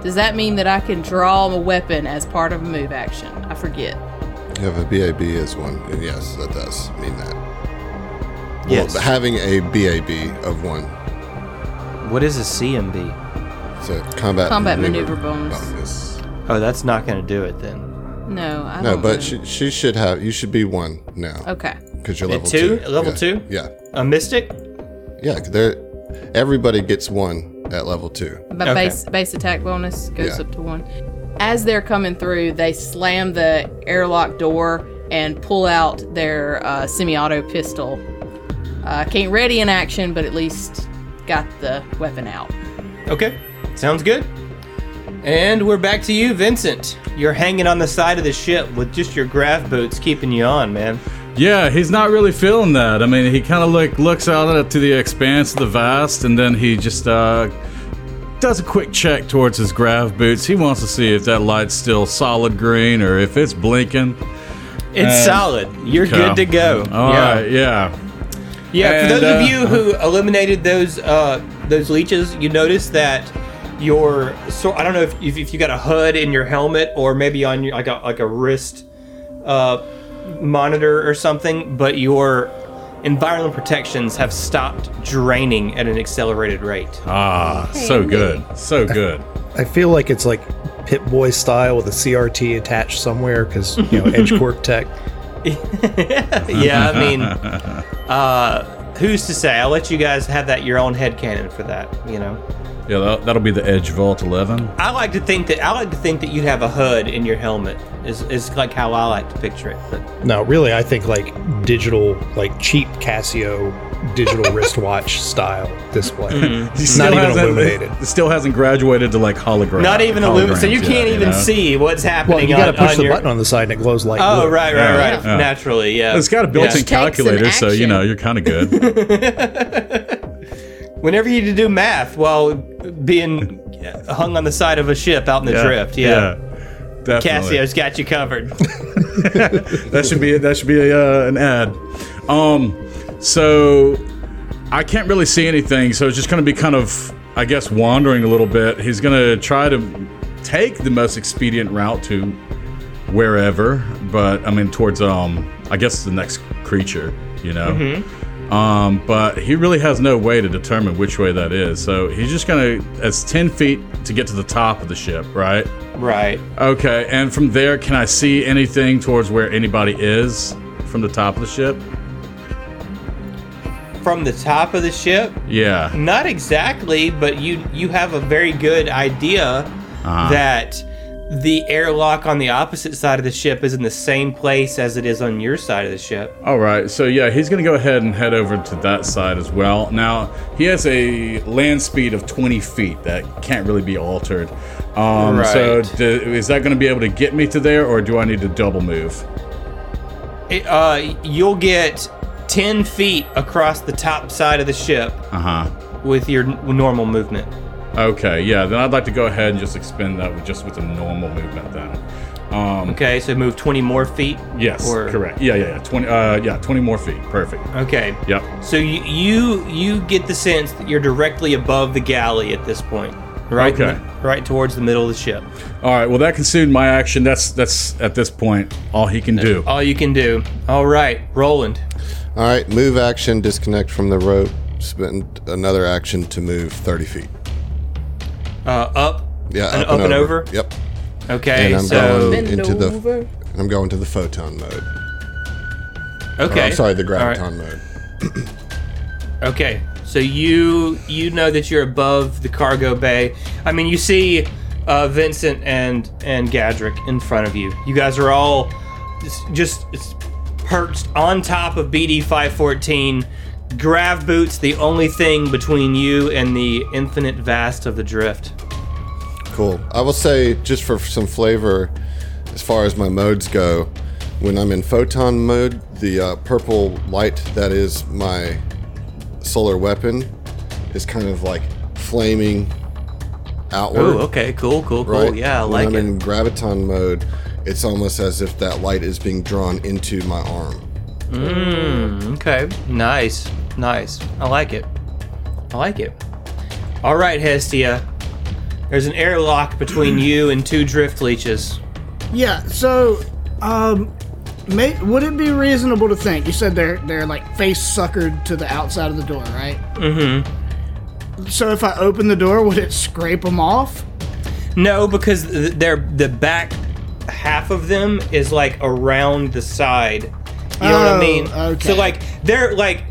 [SPEAKER 2] Does that mean that I can draw a weapon as part of a move action? I forget.
[SPEAKER 5] You have a BAB as one, and yes, that does mean that. Well,
[SPEAKER 7] Yes.
[SPEAKER 5] having a BAB of one.
[SPEAKER 7] What is a CMB?
[SPEAKER 5] So combat
[SPEAKER 2] Combat maneuver bonus.
[SPEAKER 5] bonus.
[SPEAKER 7] Oh, that's not going to do it then.
[SPEAKER 2] No, I don't
[SPEAKER 5] No,
[SPEAKER 2] know.
[SPEAKER 5] but she, she should have. You should be one now
[SPEAKER 2] okay.
[SPEAKER 5] because you're
[SPEAKER 7] At
[SPEAKER 5] level
[SPEAKER 7] two?
[SPEAKER 5] two.
[SPEAKER 7] At level
[SPEAKER 5] yeah.
[SPEAKER 7] two?
[SPEAKER 5] Yeah,
[SPEAKER 7] A mystic?
[SPEAKER 5] yeah. There, everybody gets one at level two.
[SPEAKER 2] But
[SPEAKER 7] Okay.
[SPEAKER 2] base base attack bonus goes
[SPEAKER 5] Yeah.
[SPEAKER 2] up to one. As they're coming through, they slam the airlock door and pull out their uh, semi-auto pistol. Uh, can't ready in action, but at least got the weapon out.
[SPEAKER 7] Okay, sounds good. And we're back to you, Vincent. You're hanging on the side of the ship with just your grav boots keeping you on, man.
[SPEAKER 6] Yeah, he's not really feeling that. I mean, he kind of like looks out at- to the expanse of the vast, and then he just uh, does a quick check towards his grav boots. He wants to see if that light's still solid green or if it's blinking.
[SPEAKER 7] It's
[SPEAKER 6] Um,
[SPEAKER 7] solid. You're
[SPEAKER 6] Yeah.
[SPEAKER 7] good to go.
[SPEAKER 6] All
[SPEAKER 7] yeah.
[SPEAKER 6] right, yeah.
[SPEAKER 7] Yeah,
[SPEAKER 6] And,
[SPEAKER 7] for those
[SPEAKER 6] uh,
[SPEAKER 7] of you who eliminated those uh, those leeches, you notice that your so I don't know if, if, if you got a hood in your helmet or maybe on your like a like a wrist uh, monitor or something, but your environmental protections have stopped draining at an accelerated rate.
[SPEAKER 6] Ah, so good, so good.
[SPEAKER 3] I feel like it's like Pit Boy style with a CRT attached somewhere because you know Edge Corp Tech.
[SPEAKER 7] yeah, I mean, uh, who's to say? I'll let you guys have that your own headcanon for that, you know.
[SPEAKER 6] Yeah, that'll, that'll be the Edge Vault 11.
[SPEAKER 7] I like to think that I like to think that you'd have a hood in your helmet. Is is like how I like to picture it. But
[SPEAKER 3] No, really, I think like digital, like cheap Casio digital wristwatch style display.
[SPEAKER 7] Mm-hmm.
[SPEAKER 3] It's not even
[SPEAKER 6] hasn't-
[SPEAKER 3] illuminated.
[SPEAKER 6] It still hasn't graduated to like hologram.
[SPEAKER 7] not even a loop, so you
[SPEAKER 6] holograms yet,
[SPEAKER 7] can't even
[SPEAKER 6] know?
[SPEAKER 7] see what's happening.
[SPEAKER 3] Well, you got to
[SPEAKER 7] on-
[SPEAKER 3] push
[SPEAKER 7] on
[SPEAKER 3] the
[SPEAKER 7] your-
[SPEAKER 3] button on the side and it glows like.
[SPEAKER 7] Oh
[SPEAKER 3] blue.
[SPEAKER 7] right, right,
[SPEAKER 6] Yeah,
[SPEAKER 7] right.
[SPEAKER 6] yeah.
[SPEAKER 7] Naturally, yeah.
[SPEAKER 6] It's got a
[SPEAKER 7] Yeah.
[SPEAKER 6] built-in
[SPEAKER 2] takes some
[SPEAKER 6] calculator, so you
[SPEAKER 2] action.
[SPEAKER 6] know you're kind of good.
[SPEAKER 7] Whenever you need to do math while being hung on the side of a ship out in the drift, yeah.
[SPEAKER 6] Definitely.
[SPEAKER 7] Casio's got you covered.
[SPEAKER 6] that should be that should be a, uh, an ad. Um, so I can't really see anything, so it's just going to be kind of, I guess, wandering a little bit. He's going to try to take the most expedient route to wherever, but I mean towards um, I guess the next creature, you know. Um, but he really has no way to determine which way that is. So he's just gonna. It's ten feet to get to the top of the ship, right?
[SPEAKER 7] right.
[SPEAKER 6] Okay, and from there, can I see anything towards where anybody is from the top of the ship?
[SPEAKER 7] From the top of the ship,
[SPEAKER 6] Yeah.
[SPEAKER 7] Not exactly, but you you have a very good idea
[SPEAKER 6] Uh-huh.
[SPEAKER 7] that the airlock on the opposite side of the ship is in the same place as it is on your side of the ship.
[SPEAKER 6] All right. So yeah, he's gonna go ahead and head over to that side as well. Now he has a land speed of 20 feet that can't really be altered. Um, So
[SPEAKER 7] Right.
[SPEAKER 6] d is that gonna be able to get me to there, or do I need to double move?
[SPEAKER 7] It, uh, you'll get ten feet across the top side of the ship
[SPEAKER 6] Uh huh.
[SPEAKER 7] with your n- normal movement.
[SPEAKER 6] Okay. Yeah. Then I'd like to go ahead and just expend that with just with a normal movement then. Um,
[SPEAKER 7] Okay, so move twenty more feet.
[SPEAKER 6] Yes.
[SPEAKER 7] Or-
[SPEAKER 6] correct. Yeah. Yeah. Yeah. 20. Uh, yeah. 20 more feet. Perfect.
[SPEAKER 7] Okay.
[SPEAKER 6] Yep.
[SPEAKER 7] So you you you get the sense that you're directly above the galley at this point, right? in the-
[SPEAKER 6] Okay.
[SPEAKER 7] right towards the middle of the ship.
[SPEAKER 6] All right. Well, that consumed my action. That's that's at this point all he can do.
[SPEAKER 7] All you can do. All right, Roland.
[SPEAKER 5] All right, move action, disconnect from the rope, spend another action to move 30 feet.
[SPEAKER 7] Uh, up.
[SPEAKER 5] Yeah,
[SPEAKER 7] And up and over?
[SPEAKER 5] Yep.
[SPEAKER 7] Okay.
[SPEAKER 5] And I'm
[SPEAKER 7] so
[SPEAKER 5] going into the
[SPEAKER 2] over.
[SPEAKER 5] and I'm going to the photon mode.
[SPEAKER 7] okay.
[SPEAKER 5] Or, I'm sorry, the
[SPEAKER 7] All right.
[SPEAKER 5] graviton mode.
[SPEAKER 7] Okay. So you you know that you're above the cargo bay. I mean, you see uh, Vincent and and Gadrick in front of you. You guys are all s- just s- perched on top of BD 514. Grav boots, the only thing between you and the infinite vast of the drift.
[SPEAKER 5] Cool. I will say, just for some flavor, as far as my modes go, when I'm in photon mode, the uh, purple light that is my solar weapon is kind of like flaming outward.
[SPEAKER 7] Oh, okay, cool, cool, cool.
[SPEAKER 5] Right?
[SPEAKER 7] Yeah, I
[SPEAKER 5] when
[SPEAKER 7] like
[SPEAKER 5] I'm
[SPEAKER 7] it.
[SPEAKER 5] in graviton mode, it's almost as if that light is being drawn into my arm.
[SPEAKER 7] Mm, Okay. Nice. Nice. I like it. I like it. All right, Hestia. There's an airlock between you and two drift leeches.
[SPEAKER 4] Yeah, so um may, would it be reasonable to think you said they're they're like face suckered to the outside of the door, right? Mm-hmm. So if I open the door, would it scrape them off?
[SPEAKER 7] No, because th- they're the back half of them is like around the side. You know what
[SPEAKER 4] Oh,
[SPEAKER 7] I mean?
[SPEAKER 4] okay.
[SPEAKER 7] So like they're like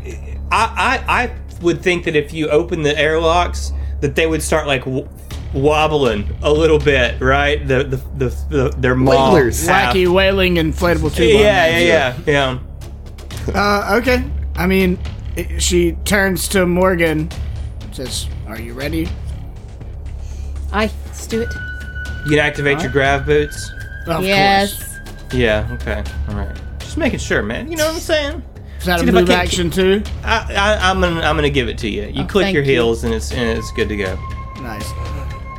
[SPEAKER 7] I, I I would think that if you open the airlocks that they would start like w- wobbling a little bit, right? The the the, the their maw
[SPEAKER 3] Wigglers.
[SPEAKER 7] half.
[SPEAKER 4] Wacky wailing inflatable tube. on
[SPEAKER 7] Yeah, yeah,
[SPEAKER 4] there.
[SPEAKER 7] yeah, yeah.
[SPEAKER 4] Uh, okay. I mean, it, she turns to Morgan, says, "Are you ready?"
[SPEAKER 2] I let's do it.
[SPEAKER 7] You can activate your grav boots.
[SPEAKER 4] Of
[SPEAKER 2] yes.
[SPEAKER 4] course.
[SPEAKER 7] Yeah. Okay. All right. Just making sure, man. You know what I'm saying?
[SPEAKER 4] Is that
[SPEAKER 7] See
[SPEAKER 4] a
[SPEAKER 7] if I
[SPEAKER 4] move
[SPEAKER 7] can't-
[SPEAKER 4] action too?
[SPEAKER 7] I, I, I'm gonna I'm gonna give it to you. You
[SPEAKER 2] Oh,
[SPEAKER 7] click
[SPEAKER 2] thank
[SPEAKER 7] your
[SPEAKER 2] you.
[SPEAKER 7] heels and it's and it's good to go.
[SPEAKER 4] Nice.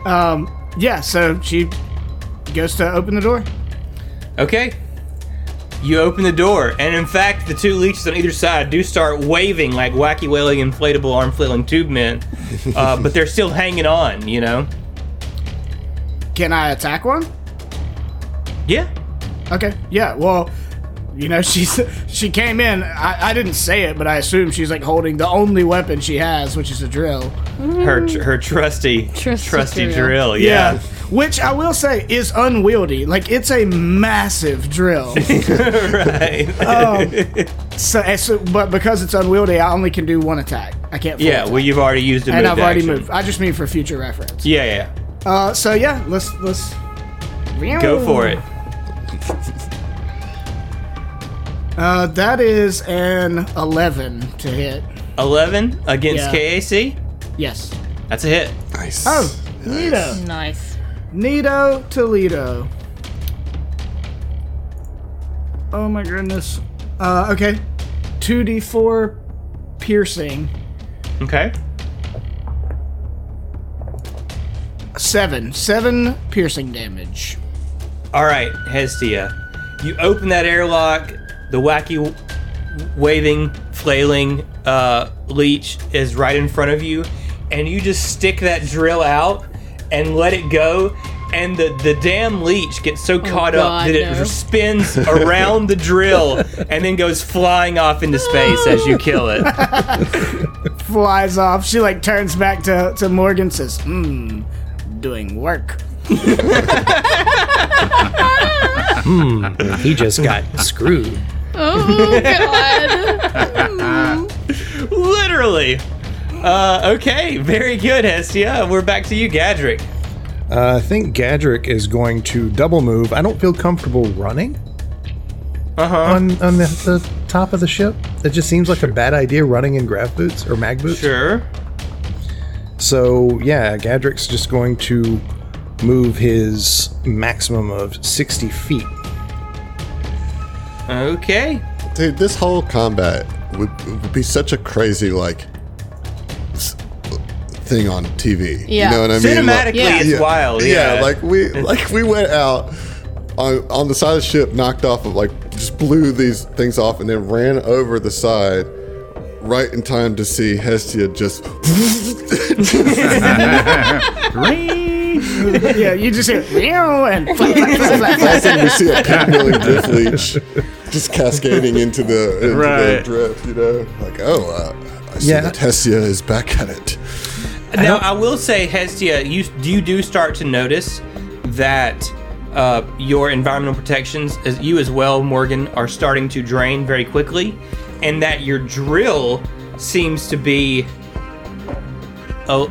[SPEAKER 4] Um, yeah. So she goes to open the door.
[SPEAKER 7] Okay. You open the door, and in fact, the two leeches on either side do start waving like wacky wailing inflatable arm flailing tube men, uh, but they're still hanging on. You know?
[SPEAKER 4] Can I attack one?
[SPEAKER 7] Yeah.
[SPEAKER 4] Okay. Yeah. Well, you know, she's she came in. I, I didn't say it, but I assume she's like holding the only weapon she has, which is a drill.
[SPEAKER 7] Her tr- her trusty
[SPEAKER 2] Trusty
[SPEAKER 7] trusty,
[SPEAKER 2] drill.
[SPEAKER 7] drill. Yeah.
[SPEAKER 4] Which I will say is unwieldy. Like it's a massive drill.
[SPEAKER 7] right.
[SPEAKER 4] so, and so- but because it's unwieldy, I only can do one attack. I can't. full
[SPEAKER 7] yeah.
[SPEAKER 4] attack.
[SPEAKER 7] Well, you've already used a
[SPEAKER 4] and
[SPEAKER 7] moved
[SPEAKER 4] I've already
[SPEAKER 7] action.
[SPEAKER 4] moved. I just mean for future reference.
[SPEAKER 7] Yeah. Yeah.
[SPEAKER 4] Uh, so yeah, let's let's
[SPEAKER 7] Go for it.
[SPEAKER 4] Uh, that is an eleven to hit.
[SPEAKER 7] Eleven against
[SPEAKER 4] Yeah.
[SPEAKER 7] KAC.
[SPEAKER 4] Yes.
[SPEAKER 7] That's a hit.
[SPEAKER 5] Nice.
[SPEAKER 4] Oh, Nito.
[SPEAKER 2] Nice.
[SPEAKER 4] Nito Toledo. Oh my goodness. Uh, okay. 2d4 piercing.
[SPEAKER 7] Okay.
[SPEAKER 4] 7. 7 piercing damage.
[SPEAKER 7] All right, Hestia. You open that airlock. The wacky, w- waving, flailing uh, leech is right in front of you, and you just stick that drill out and let it go. And the, the damn leech gets
[SPEAKER 4] Oh,
[SPEAKER 7] so caught up
[SPEAKER 2] God,
[SPEAKER 7] that it
[SPEAKER 2] no.
[SPEAKER 7] spins around the drill and then goes flying off into space as you kill it.
[SPEAKER 4] Flies off. She like turns back to, to Morgan says, Hmm, doing work.
[SPEAKER 8] He just got screwed.
[SPEAKER 2] Oh god.
[SPEAKER 7] Literally. Uh, okay, very good, Hestia. We're back to you, Gadrick.
[SPEAKER 3] Uh, I think Gadrick is going to double move. I don't feel comfortable running
[SPEAKER 7] Uh huh.
[SPEAKER 3] on on the, the top of the ship. It just seems like a bad idea running in grav boots or mag boots.
[SPEAKER 7] Sure.
[SPEAKER 3] So yeah, Gadrick's just going to move his maximum of sixty feet.
[SPEAKER 7] Okay.
[SPEAKER 5] Dude, this whole combat would, would be such a crazy like s- thing on TV.
[SPEAKER 2] Yeah.
[SPEAKER 5] You know what I mean?
[SPEAKER 7] Cinematically,
[SPEAKER 5] Like-
[SPEAKER 2] Yeah.
[SPEAKER 7] it's wild. Yeah.
[SPEAKER 5] like we like we went out on on the side of the ship, knocked off of like just blew these things off, and then ran over the side. Right in time to see Hestia just
[SPEAKER 4] yeah, you just hear, "Meow," and flap, flap, flap, flap, flap.
[SPEAKER 5] all of a sudden we see a pinwheeling drift leech just cascading into the, into the
[SPEAKER 6] Right.
[SPEAKER 5] drift, you know? Like, oh, uh, I see
[SPEAKER 3] Yeah.
[SPEAKER 5] that Hestia is back at it.
[SPEAKER 7] now I will say, Hestia, you you do start to notice that uh, your environmental protections, as you as well, Morgan, are starting to drain very quickly, and that your drill seems to be oh,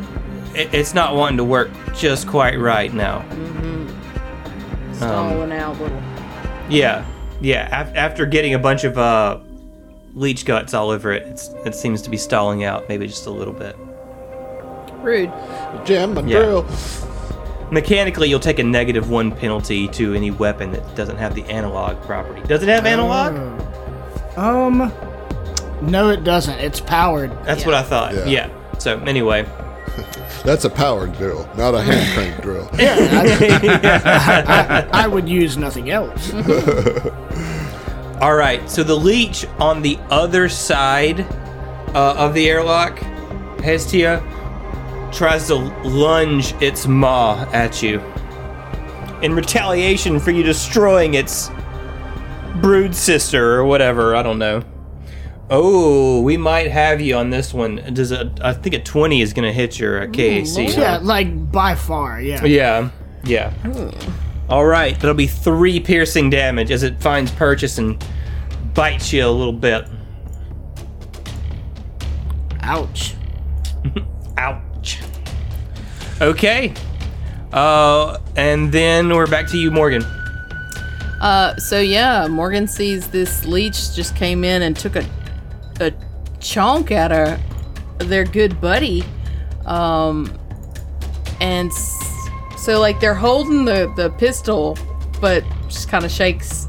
[SPEAKER 7] it, it's not wanting to work just quite right now.
[SPEAKER 2] Stalling out little.
[SPEAKER 7] Yeah, yeah. Af- after getting a bunch of uh, leech guts all over it, it's, it seems to be stalling out, maybe just a little bit.
[SPEAKER 2] Rude.
[SPEAKER 5] Jam my
[SPEAKER 7] Yeah.
[SPEAKER 5] drill.
[SPEAKER 7] Mechanically, you'll take a negative one penalty to any weapon that doesn't have the analog property. Does it have analog?
[SPEAKER 4] Oh. Um, no, it doesn't. It's powered.
[SPEAKER 7] That's what I thought.
[SPEAKER 5] Yeah.
[SPEAKER 7] Yeah. So anyway,
[SPEAKER 5] That's a power drill, not a hand crank drill.
[SPEAKER 4] I would use nothing else.
[SPEAKER 7] all right. So the leech on the other side uh, of the airlock, Hestia, tries to lunge its maw at you in retaliation for you destroying its brood sister or whatever. I don't know. Oh, we might have you on this one. Does a I think a twenty is gonna hit your uh, KAC? huh?
[SPEAKER 4] Yeah, like by far. Yeah.
[SPEAKER 7] Yeah. Yeah. Hmm. All right. That'll be three piercing damage as it finds purchase and bites you a little bit.
[SPEAKER 4] Ouch.
[SPEAKER 7] Ouch. Okay. Uh, and then we're back to you, Morgan.
[SPEAKER 2] Uh, so yeah, Morgan sees this leech just came in and took a a chunk at her, their good buddy, um, and s- so like they're holding the the pistol, but just kind of shakes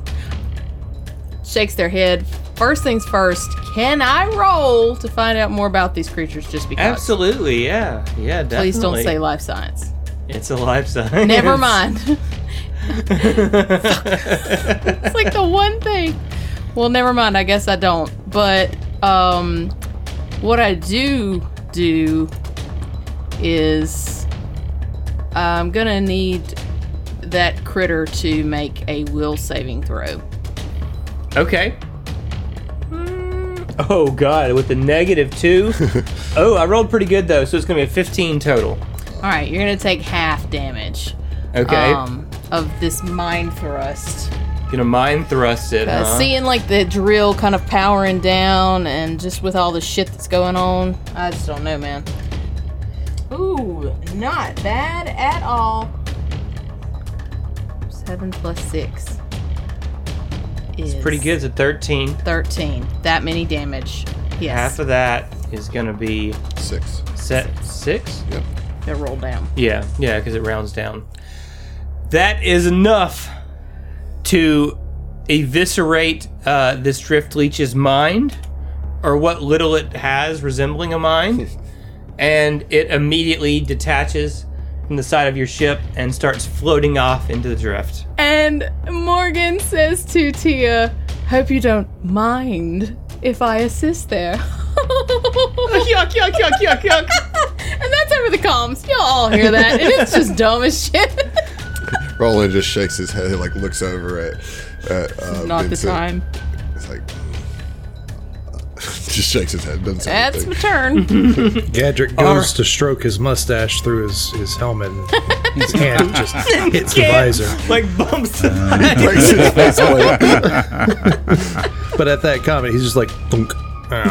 [SPEAKER 2] shakes their head. First things first, can I roll to find out more about these creatures? Just because.
[SPEAKER 7] Absolutely. Yeah. Yeah. Definitely.
[SPEAKER 2] Please don't say life science.
[SPEAKER 7] It's a life size.
[SPEAKER 2] Never mind. It's like the one thing. Well, never mind. I guess I don't. But um, what I do do is I'm gonna need that critter to make a will saving throw.
[SPEAKER 7] okay. Mm, Oh god, with the negative two. oh, I rolled pretty good though, so it's gonna be a fifteen total.
[SPEAKER 2] All right, you're gonna take half damage
[SPEAKER 7] Okay,
[SPEAKER 2] um, of this mind thrust.
[SPEAKER 7] gonna mind thrust it.
[SPEAKER 2] Uh,
[SPEAKER 7] huh?
[SPEAKER 2] Seeing like the drill kind of powering down, and just with all the shit that's going on, I just don't know, man. Ooh, not bad at all. Seven plus six is
[SPEAKER 7] Pretty good. It's a thirteen.
[SPEAKER 2] Thirteen. That many damage. Yes,
[SPEAKER 7] Half of that is gonna be
[SPEAKER 5] Six.
[SPEAKER 7] set six.
[SPEAKER 5] Yep.
[SPEAKER 2] they roll down.
[SPEAKER 7] Yeah, yeah, because it rounds down. That is enough to eviscerate uh, this drift leech's mind, or what little it has resembling a mind, and it immediately detaches from the side of your ship and starts floating off into the drift.
[SPEAKER 2] And Morgan says to Tia, "Hope you don't mind if I assist there." yuck! Yuck! Yuck! Yuck! Yuck! and that's over the comms. Y'all all hear that, and it's just dumb as shit.
[SPEAKER 5] Roland just shakes his head. He like looks over at. at uh,
[SPEAKER 2] Not the
[SPEAKER 5] Vincent.
[SPEAKER 2] time.
[SPEAKER 5] It's like. just shakes his head. Doesn't say
[SPEAKER 2] That's
[SPEAKER 5] anything.
[SPEAKER 2] my turn.
[SPEAKER 3] Gadrick goes to stroke his mustache through his, his helmet and his hand just hits the visor.
[SPEAKER 7] Like bumps.
[SPEAKER 5] Breaks his face away.
[SPEAKER 3] But at that comment, he's just like, thunk. Ah.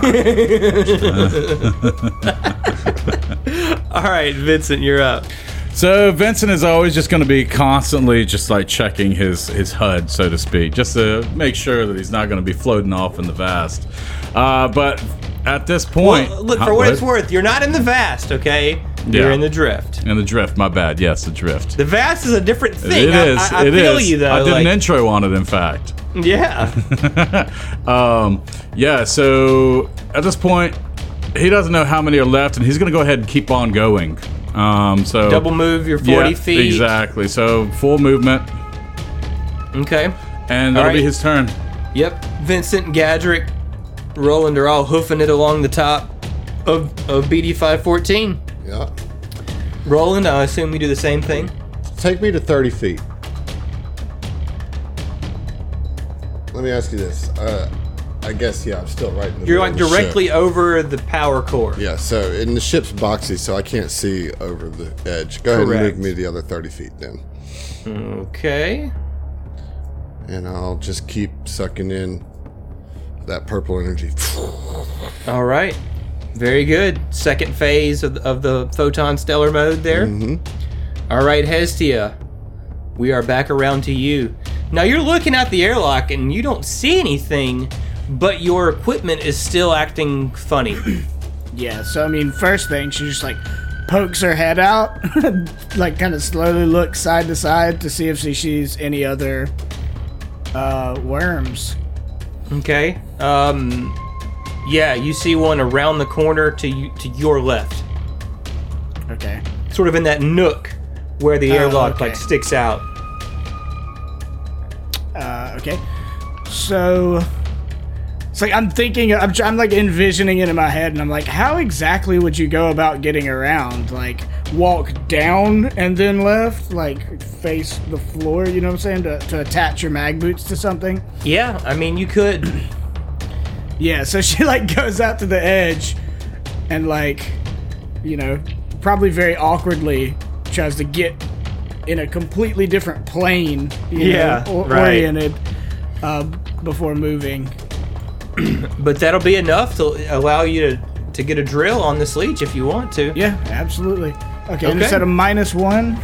[SPEAKER 7] All right, Vincent, you're up.
[SPEAKER 6] So Vincent is always just going to be constantly just like checking his his HUD, so to speak, just to make sure that he's not going to be floating off in the vast. Uh, but at this point,
[SPEAKER 7] Well, look,
[SPEAKER 6] Huh,
[SPEAKER 7] for what it's worth, you're not in the vast, okay? You're
[SPEAKER 6] Yeah.
[SPEAKER 7] in the drift.
[SPEAKER 6] And the drift, my bad. Yes, the drift.
[SPEAKER 7] The vast is a different thing.
[SPEAKER 6] It
[SPEAKER 7] I-
[SPEAKER 6] is.
[SPEAKER 7] I, I,
[SPEAKER 6] it
[SPEAKER 7] feel
[SPEAKER 6] is.
[SPEAKER 7] you though.
[SPEAKER 6] I did
[SPEAKER 7] like-
[SPEAKER 6] an intro on it, in fact.
[SPEAKER 7] Yeah.
[SPEAKER 6] um, yeah, so at this point, he doesn't know how many are left, and he's going to go ahead and keep on going. Um, so
[SPEAKER 7] Double move your 40
[SPEAKER 6] yeah,
[SPEAKER 7] feet.
[SPEAKER 6] Exactly. So full movement,
[SPEAKER 7] Okay.
[SPEAKER 6] and that'll be
[SPEAKER 7] right.
[SPEAKER 6] his turn.
[SPEAKER 7] Yep. Vincent and Gadrick, Roland are all hoofing it along the top of, of BD514.
[SPEAKER 5] yeah.
[SPEAKER 7] Roland, I assume we do the same thing.
[SPEAKER 5] Take me to 30 feet. Let me ask you this. Uh, I guess, yeah, I'm still right in the
[SPEAKER 7] You're
[SPEAKER 5] middle
[SPEAKER 7] like
[SPEAKER 6] Oh,
[SPEAKER 5] of the
[SPEAKER 7] directly
[SPEAKER 5] ship.
[SPEAKER 7] over the power core.
[SPEAKER 5] Yeah, so, and the ship's boxy, so I can't see over the edge. Go ahead
[SPEAKER 7] Correct.
[SPEAKER 5] and move me the other 30 feet then.
[SPEAKER 7] Okay.
[SPEAKER 5] And I'll just keep sucking in that purple energy.
[SPEAKER 7] All right. Very good. Second phase of the, of the photon stellar mode there. All right, Hestia. We are back around to you. Now you're looking at the airlock and you don't see anything, but your equipment is still acting funny.
[SPEAKER 4] Yeah. So I mean, first thing, she just like pokes her head out, like kind of slowly looks side to side to see if she sees any other uh, worms.
[SPEAKER 7] Okay. Um yeah, you see one around the corner to you, to your left.
[SPEAKER 4] Okay.
[SPEAKER 7] Sort of in that nook where the airlock
[SPEAKER 4] okay.
[SPEAKER 7] like sticks out.
[SPEAKER 4] Uh, okay. So It's like I'm thinking, I'm, tr- I'm like envisioning it in my head, and I'm like, how exactly would you go about getting around? Like, walk down and then left, like face the floor. You know what I'm saying? To, to attach your mag boots to something.
[SPEAKER 7] Yeah, I mean, you could.
[SPEAKER 4] Yeah. So she like goes out to the edge, and like, you know, probably very awkwardly tries to get in a completely different plane. You
[SPEAKER 7] Yeah,
[SPEAKER 4] Know, or-
[SPEAKER 7] right.
[SPEAKER 4] Oriented. Uh, before moving.
[SPEAKER 7] But that'll be enough to allow you to, to get a drill on this leech if you want to.
[SPEAKER 4] Yeah, absolutely. Okay, and
[SPEAKER 7] Okay.
[SPEAKER 4] it's at a minus one.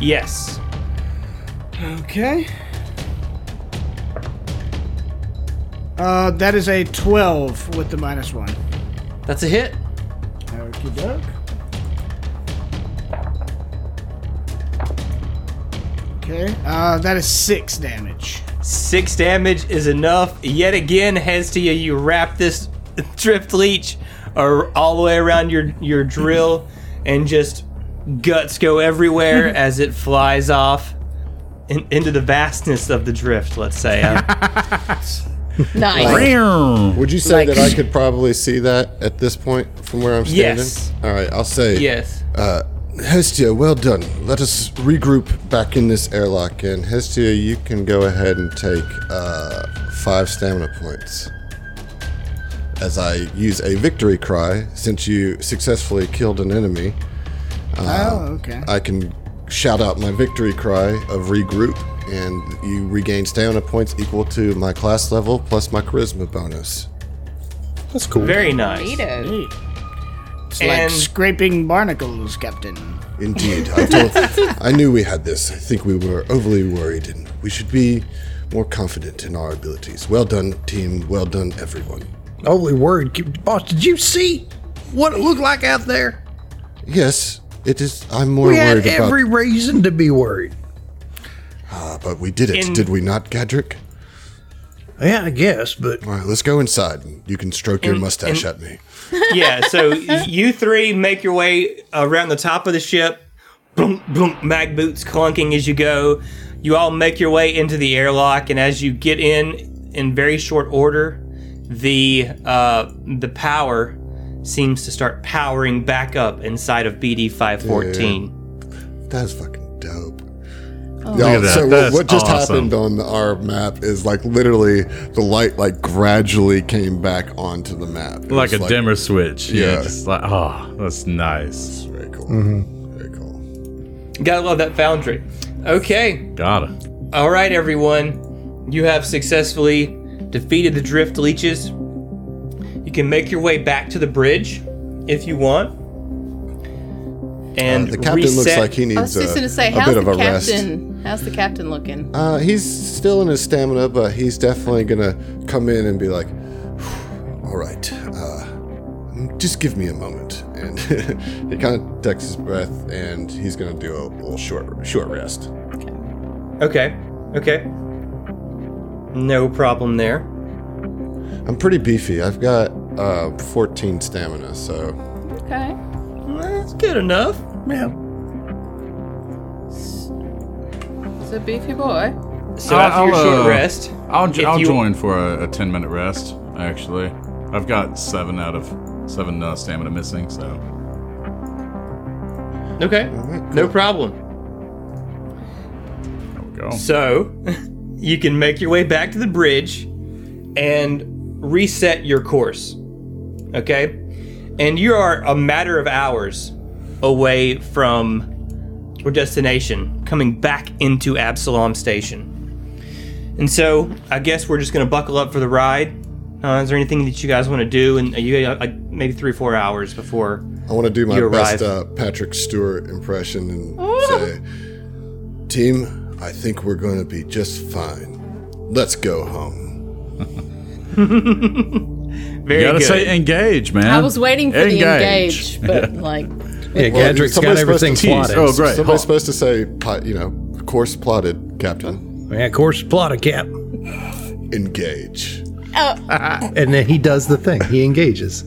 [SPEAKER 7] Yes.
[SPEAKER 4] Okay. Uh, that is a 12 with the minus one.
[SPEAKER 7] That's a hit.
[SPEAKER 4] Okie doke. Okay, uh, that is six damage.
[SPEAKER 7] Six damage is enough. Yet again, Hestia, you wrap this drift leech ar- all the way around your, your drill and just guts go everywhere as it flies off in, into the vastness of the drift, let's say. Uh,
[SPEAKER 2] Nice.
[SPEAKER 5] Would you say
[SPEAKER 2] Like-
[SPEAKER 5] that I could probably see that at this point from where I'm standing?
[SPEAKER 7] Yes.
[SPEAKER 5] All right, I'll say.
[SPEAKER 7] yes.
[SPEAKER 5] Uh, Hestia, well done. Let us regroup back in this airlock. And Hestia, you can go ahead and take uh, five stamina points. As I use a victory cry, since you successfully killed an enemy,
[SPEAKER 4] Oh, okay.
[SPEAKER 5] I can shout out my victory cry of regroup, and you regain stamina points equal to my class level plus my charisma bonus.
[SPEAKER 3] That's cool.
[SPEAKER 7] Very nice.
[SPEAKER 2] Neato.
[SPEAKER 4] It's like
[SPEAKER 7] and-
[SPEAKER 4] scraping barnacles, Captain.
[SPEAKER 5] Indeed, I, don't, I knew we had this. I think we were overly worried, and we should be more confident in our abilities. Well done, team. Well done, everyone.
[SPEAKER 3] Holy word, boss! Did you see what it looked like out there?
[SPEAKER 5] Yes, it is. I'm more
[SPEAKER 3] We
[SPEAKER 5] worried
[SPEAKER 3] had every
[SPEAKER 5] about.
[SPEAKER 3] reason to be worried.
[SPEAKER 5] Ah, but we did it,
[SPEAKER 7] In-
[SPEAKER 5] did we not, Gadrick?
[SPEAKER 3] Yeah, I guess, but
[SPEAKER 5] All right, let's go inside. and You can stroke your
[SPEAKER 7] In-
[SPEAKER 5] mustache
[SPEAKER 7] in-
[SPEAKER 5] at me.
[SPEAKER 7] yeah, so you three make your way around the top of the ship. Boom, boom, mag boots clunking as you go. You all make your way into the airlock, and as you get in in very short order, the uh, the power seems to start powering back up inside of BD five fourteen.
[SPEAKER 5] That's fucking dope.
[SPEAKER 2] Oh.
[SPEAKER 6] Look at that.
[SPEAKER 5] So what,
[SPEAKER 6] That's
[SPEAKER 5] what just
[SPEAKER 6] awesome.
[SPEAKER 5] happened on our map is like literally the light like gradually came back onto the map. It
[SPEAKER 6] Like
[SPEAKER 5] was
[SPEAKER 6] a dimmer switch. Yeah.
[SPEAKER 5] Yeah.
[SPEAKER 6] Just like, oh, that's nice.
[SPEAKER 5] Very cool.
[SPEAKER 2] Mm-hmm.
[SPEAKER 5] Very cool.
[SPEAKER 7] Gotta love that foundry. Okay.
[SPEAKER 6] Got it.
[SPEAKER 7] All right, everyone. You have successfully defeated the drift leeches. You can make your way back to the bridge if you want.
[SPEAKER 5] Uh,
[SPEAKER 7] And
[SPEAKER 5] the captain
[SPEAKER 7] reset.
[SPEAKER 5] looks like he
[SPEAKER 2] I
[SPEAKER 5] needs
[SPEAKER 2] was just
[SPEAKER 5] a,
[SPEAKER 2] gonna say,
[SPEAKER 5] a
[SPEAKER 2] how's
[SPEAKER 5] bit of
[SPEAKER 2] the
[SPEAKER 5] a rest.
[SPEAKER 2] captain? How's the captain looking?
[SPEAKER 5] Uh, he's still in his stamina, but he's definitely gonna come in and be like, "All right, uh, just give me a moment." And he kind of takes his breath, and he's gonna do a little short short rest.
[SPEAKER 7] Okay. Okay. No problem there.
[SPEAKER 5] I'm pretty beefy. I've got uh, 14 stamina, so
[SPEAKER 2] Okay.
[SPEAKER 7] Well, That's good enough.
[SPEAKER 3] yeah,
[SPEAKER 2] It's a beefy boy.
[SPEAKER 7] So
[SPEAKER 6] I'll-
[SPEAKER 7] after your
[SPEAKER 6] I'll,
[SPEAKER 7] short
[SPEAKER 6] uh,
[SPEAKER 7] rest,
[SPEAKER 6] I'll, j-
[SPEAKER 7] If
[SPEAKER 6] I'll
[SPEAKER 7] you-
[SPEAKER 6] join for a, a 10 minute rest, actually. I've got seven out of seven uh, stamina missing, so.
[SPEAKER 7] okay, no problem.
[SPEAKER 6] There we go.
[SPEAKER 7] So you can make your way back to the bridge and reset your course. okay? And you are a matter of hours away from your destination, coming back into Absalom Station. And so, I guess we're just gonna buckle up for the ride. Uh, is there anything that you guys want to do? And you got like maybe three, four hours before.
[SPEAKER 5] I want to do my
[SPEAKER 7] You
[SPEAKER 5] best uh,
[SPEAKER 7] arrive.
[SPEAKER 5] Patrick Stewart impression and say, "Team, I think we're gonna be just fine. Let's go home."
[SPEAKER 7] Very
[SPEAKER 6] You gotta
[SPEAKER 7] good.
[SPEAKER 6] say engage, man.
[SPEAKER 2] I was waiting for the engage, but like,
[SPEAKER 3] yeah.
[SPEAKER 5] Well,
[SPEAKER 3] Gadrick's got
[SPEAKER 5] somebody's supposed to
[SPEAKER 3] everything
[SPEAKER 5] tease.
[SPEAKER 3] plotted.
[SPEAKER 6] Oh, great.
[SPEAKER 5] Somebody's
[SPEAKER 6] Hold-
[SPEAKER 5] supposed to say, "Pi- "You know, course plotted, Captain.
[SPEAKER 3] Yeah, of course, plotted cap,
[SPEAKER 5] Engage."
[SPEAKER 3] and then he does the thing. He engages.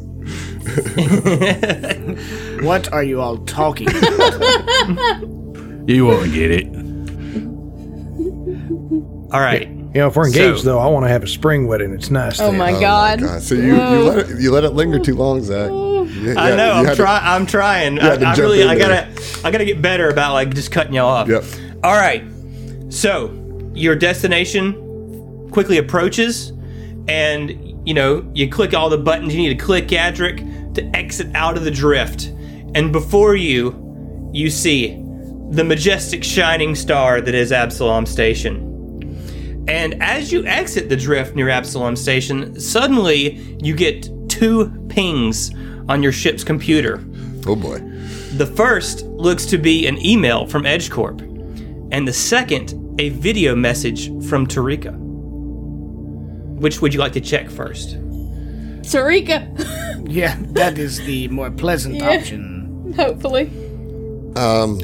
[SPEAKER 4] What are you all talking about?
[SPEAKER 6] You won't get it.
[SPEAKER 7] All right.
[SPEAKER 3] You know, if we're engaged,
[SPEAKER 7] So-
[SPEAKER 3] though, I want to have a spring wedding. It's nice.
[SPEAKER 2] Oh
[SPEAKER 3] there.
[SPEAKER 2] my
[SPEAKER 5] Oh my
[SPEAKER 2] god.
[SPEAKER 5] God. So you, you, let it, you let it linger too long, Zach. You-
[SPEAKER 7] I
[SPEAKER 5] yeah,
[SPEAKER 7] know.
[SPEAKER 5] you
[SPEAKER 7] I'm
[SPEAKER 5] had to-
[SPEAKER 7] trying. I'm trying. I,
[SPEAKER 5] had to
[SPEAKER 7] I
[SPEAKER 5] jump
[SPEAKER 7] really.
[SPEAKER 5] in
[SPEAKER 7] I
[SPEAKER 5] there.
[SPEAKER 7] gotta. I gotta get better about like just cutting y'all off.
[SPEAKER 5] Yep.
[SPEAKER 7] All right. So your destination quickly approaches, and you know you click all the buttons you need to click, Adric, to exit out of the drift. And before you, you see the majestic shining star that is Absalom Station. And as you exit the drift near Absalom Station, suddenly you get two pings on your ship's computer.
[SPEAKER 5] Oh boy.
[SPEAKER 7] The first looks to be an email from EdgeCorp, and the second, a video message from Tarika. Which would you like to check first?
[SPEAKER 2] Sarika,
[SPEAKER 4] Yeah, that is the more pleasant option.
[SPEAKER 2] hopefully.
[SPEAKER 5] Um,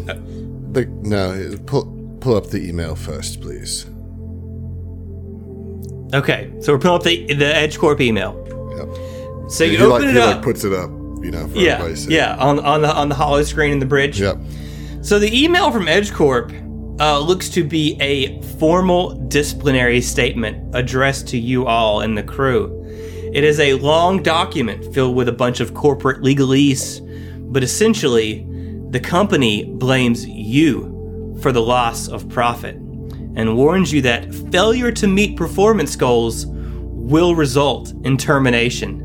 [SPEAKER 5] the, no, pull pull up the email first, please.
[SPEAKER 7] Okay, so we're pulling up the, the EdgeCorp email.
[SPEAKER 5] Yep.
[SPEAKER 7] So you
[SPEAKER 5] he
[SPEAKER 7] open
[SPEAKER 5] like,
[SPEAKER 7] it
[SPEAKER 5] he
[SPEAKER 7] up.
[SPEAKER 5] like puts it up, you know, for
[SPEAKER 7] yeah,
[SPEAKER 5] everybody to see.
[SPEAKER 7] yeah, on, on the on the hollow screen in the bridge.
[SPEAKER 5] Yep.
[SPEAKER 7] So the email from EdgeCorp uh, looks to be a formal disciplinary statement addressed to you all and the crew. It is a long document filled with a bunch of corporate legalese, but essentially, the company blames you for the loss of profit and warns you that failure to meet performance goals will result in termination.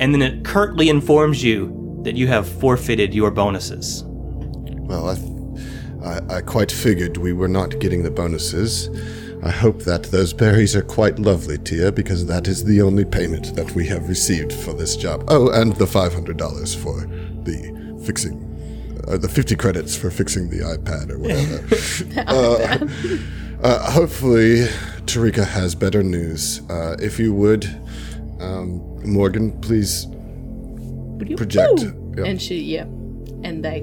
[SPEAKER 7] And then it curtly informs you that you have forfeited your bonuses.
[SPEAKER 5] Well, I, th- I, I quite figured we were not getting the bonuses. I hope that those berries are quite lovely, Tia, because that is the only payment that we have received for this job. Oh, and the five hundred dollars for the fixing, uh, the fifty credits for fixing the iPad or whatever. uh, uh, hopefully, Tarika has better news. Uh, if you would, um, Morgan, please project. Yep.
[SPEAKER 2] And she, yeah. And they.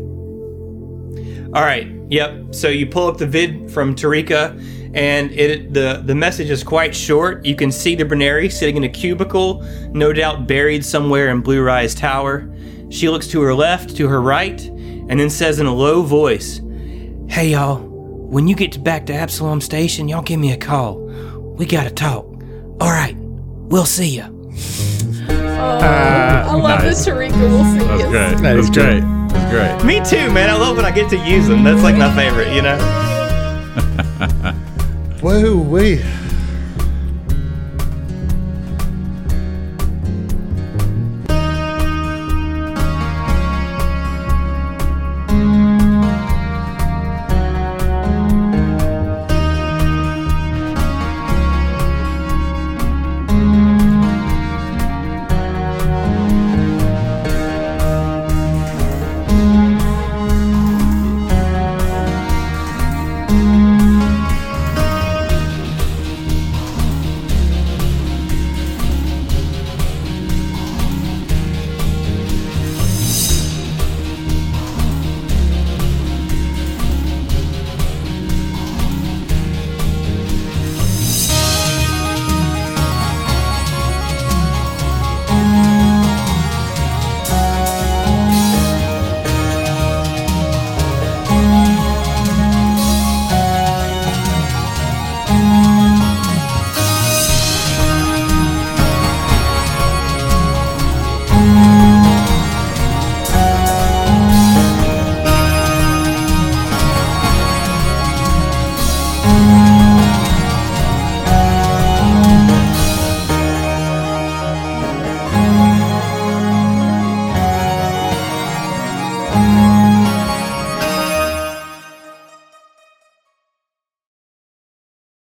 [SPEAKER 7] All right. Yep. So you pull up the vid from Tarika, and it the the message is quite short. You can see the Berneri sitting in a cubicle, no doubt buried somewhere in Blue Rise Tower. She looks to her left, to her right, and then says in a low voice, "Hey y'all, when you get back to Absalom Station, y'all give me a call. We gotta talk. All right. We'll see ya."
[SPEAKER 2] I love
[SPEAKER 6] nice.
[SPEAKER 2] the Tarika. We'll see
[SPEAKER 6] That's
[SPEAKER 2] you.
[SPEAKER 6] great.
[SPEAKER 3] That
[SPEAKER 6] That's
[SPEAKER 3] is
[SPEAKER 6] great. That's great.
[SPEAKER 7] Me too, man. I love when I get to use them. That's like my favorite, you know.
[SPEAKER 5] Whoa, wait.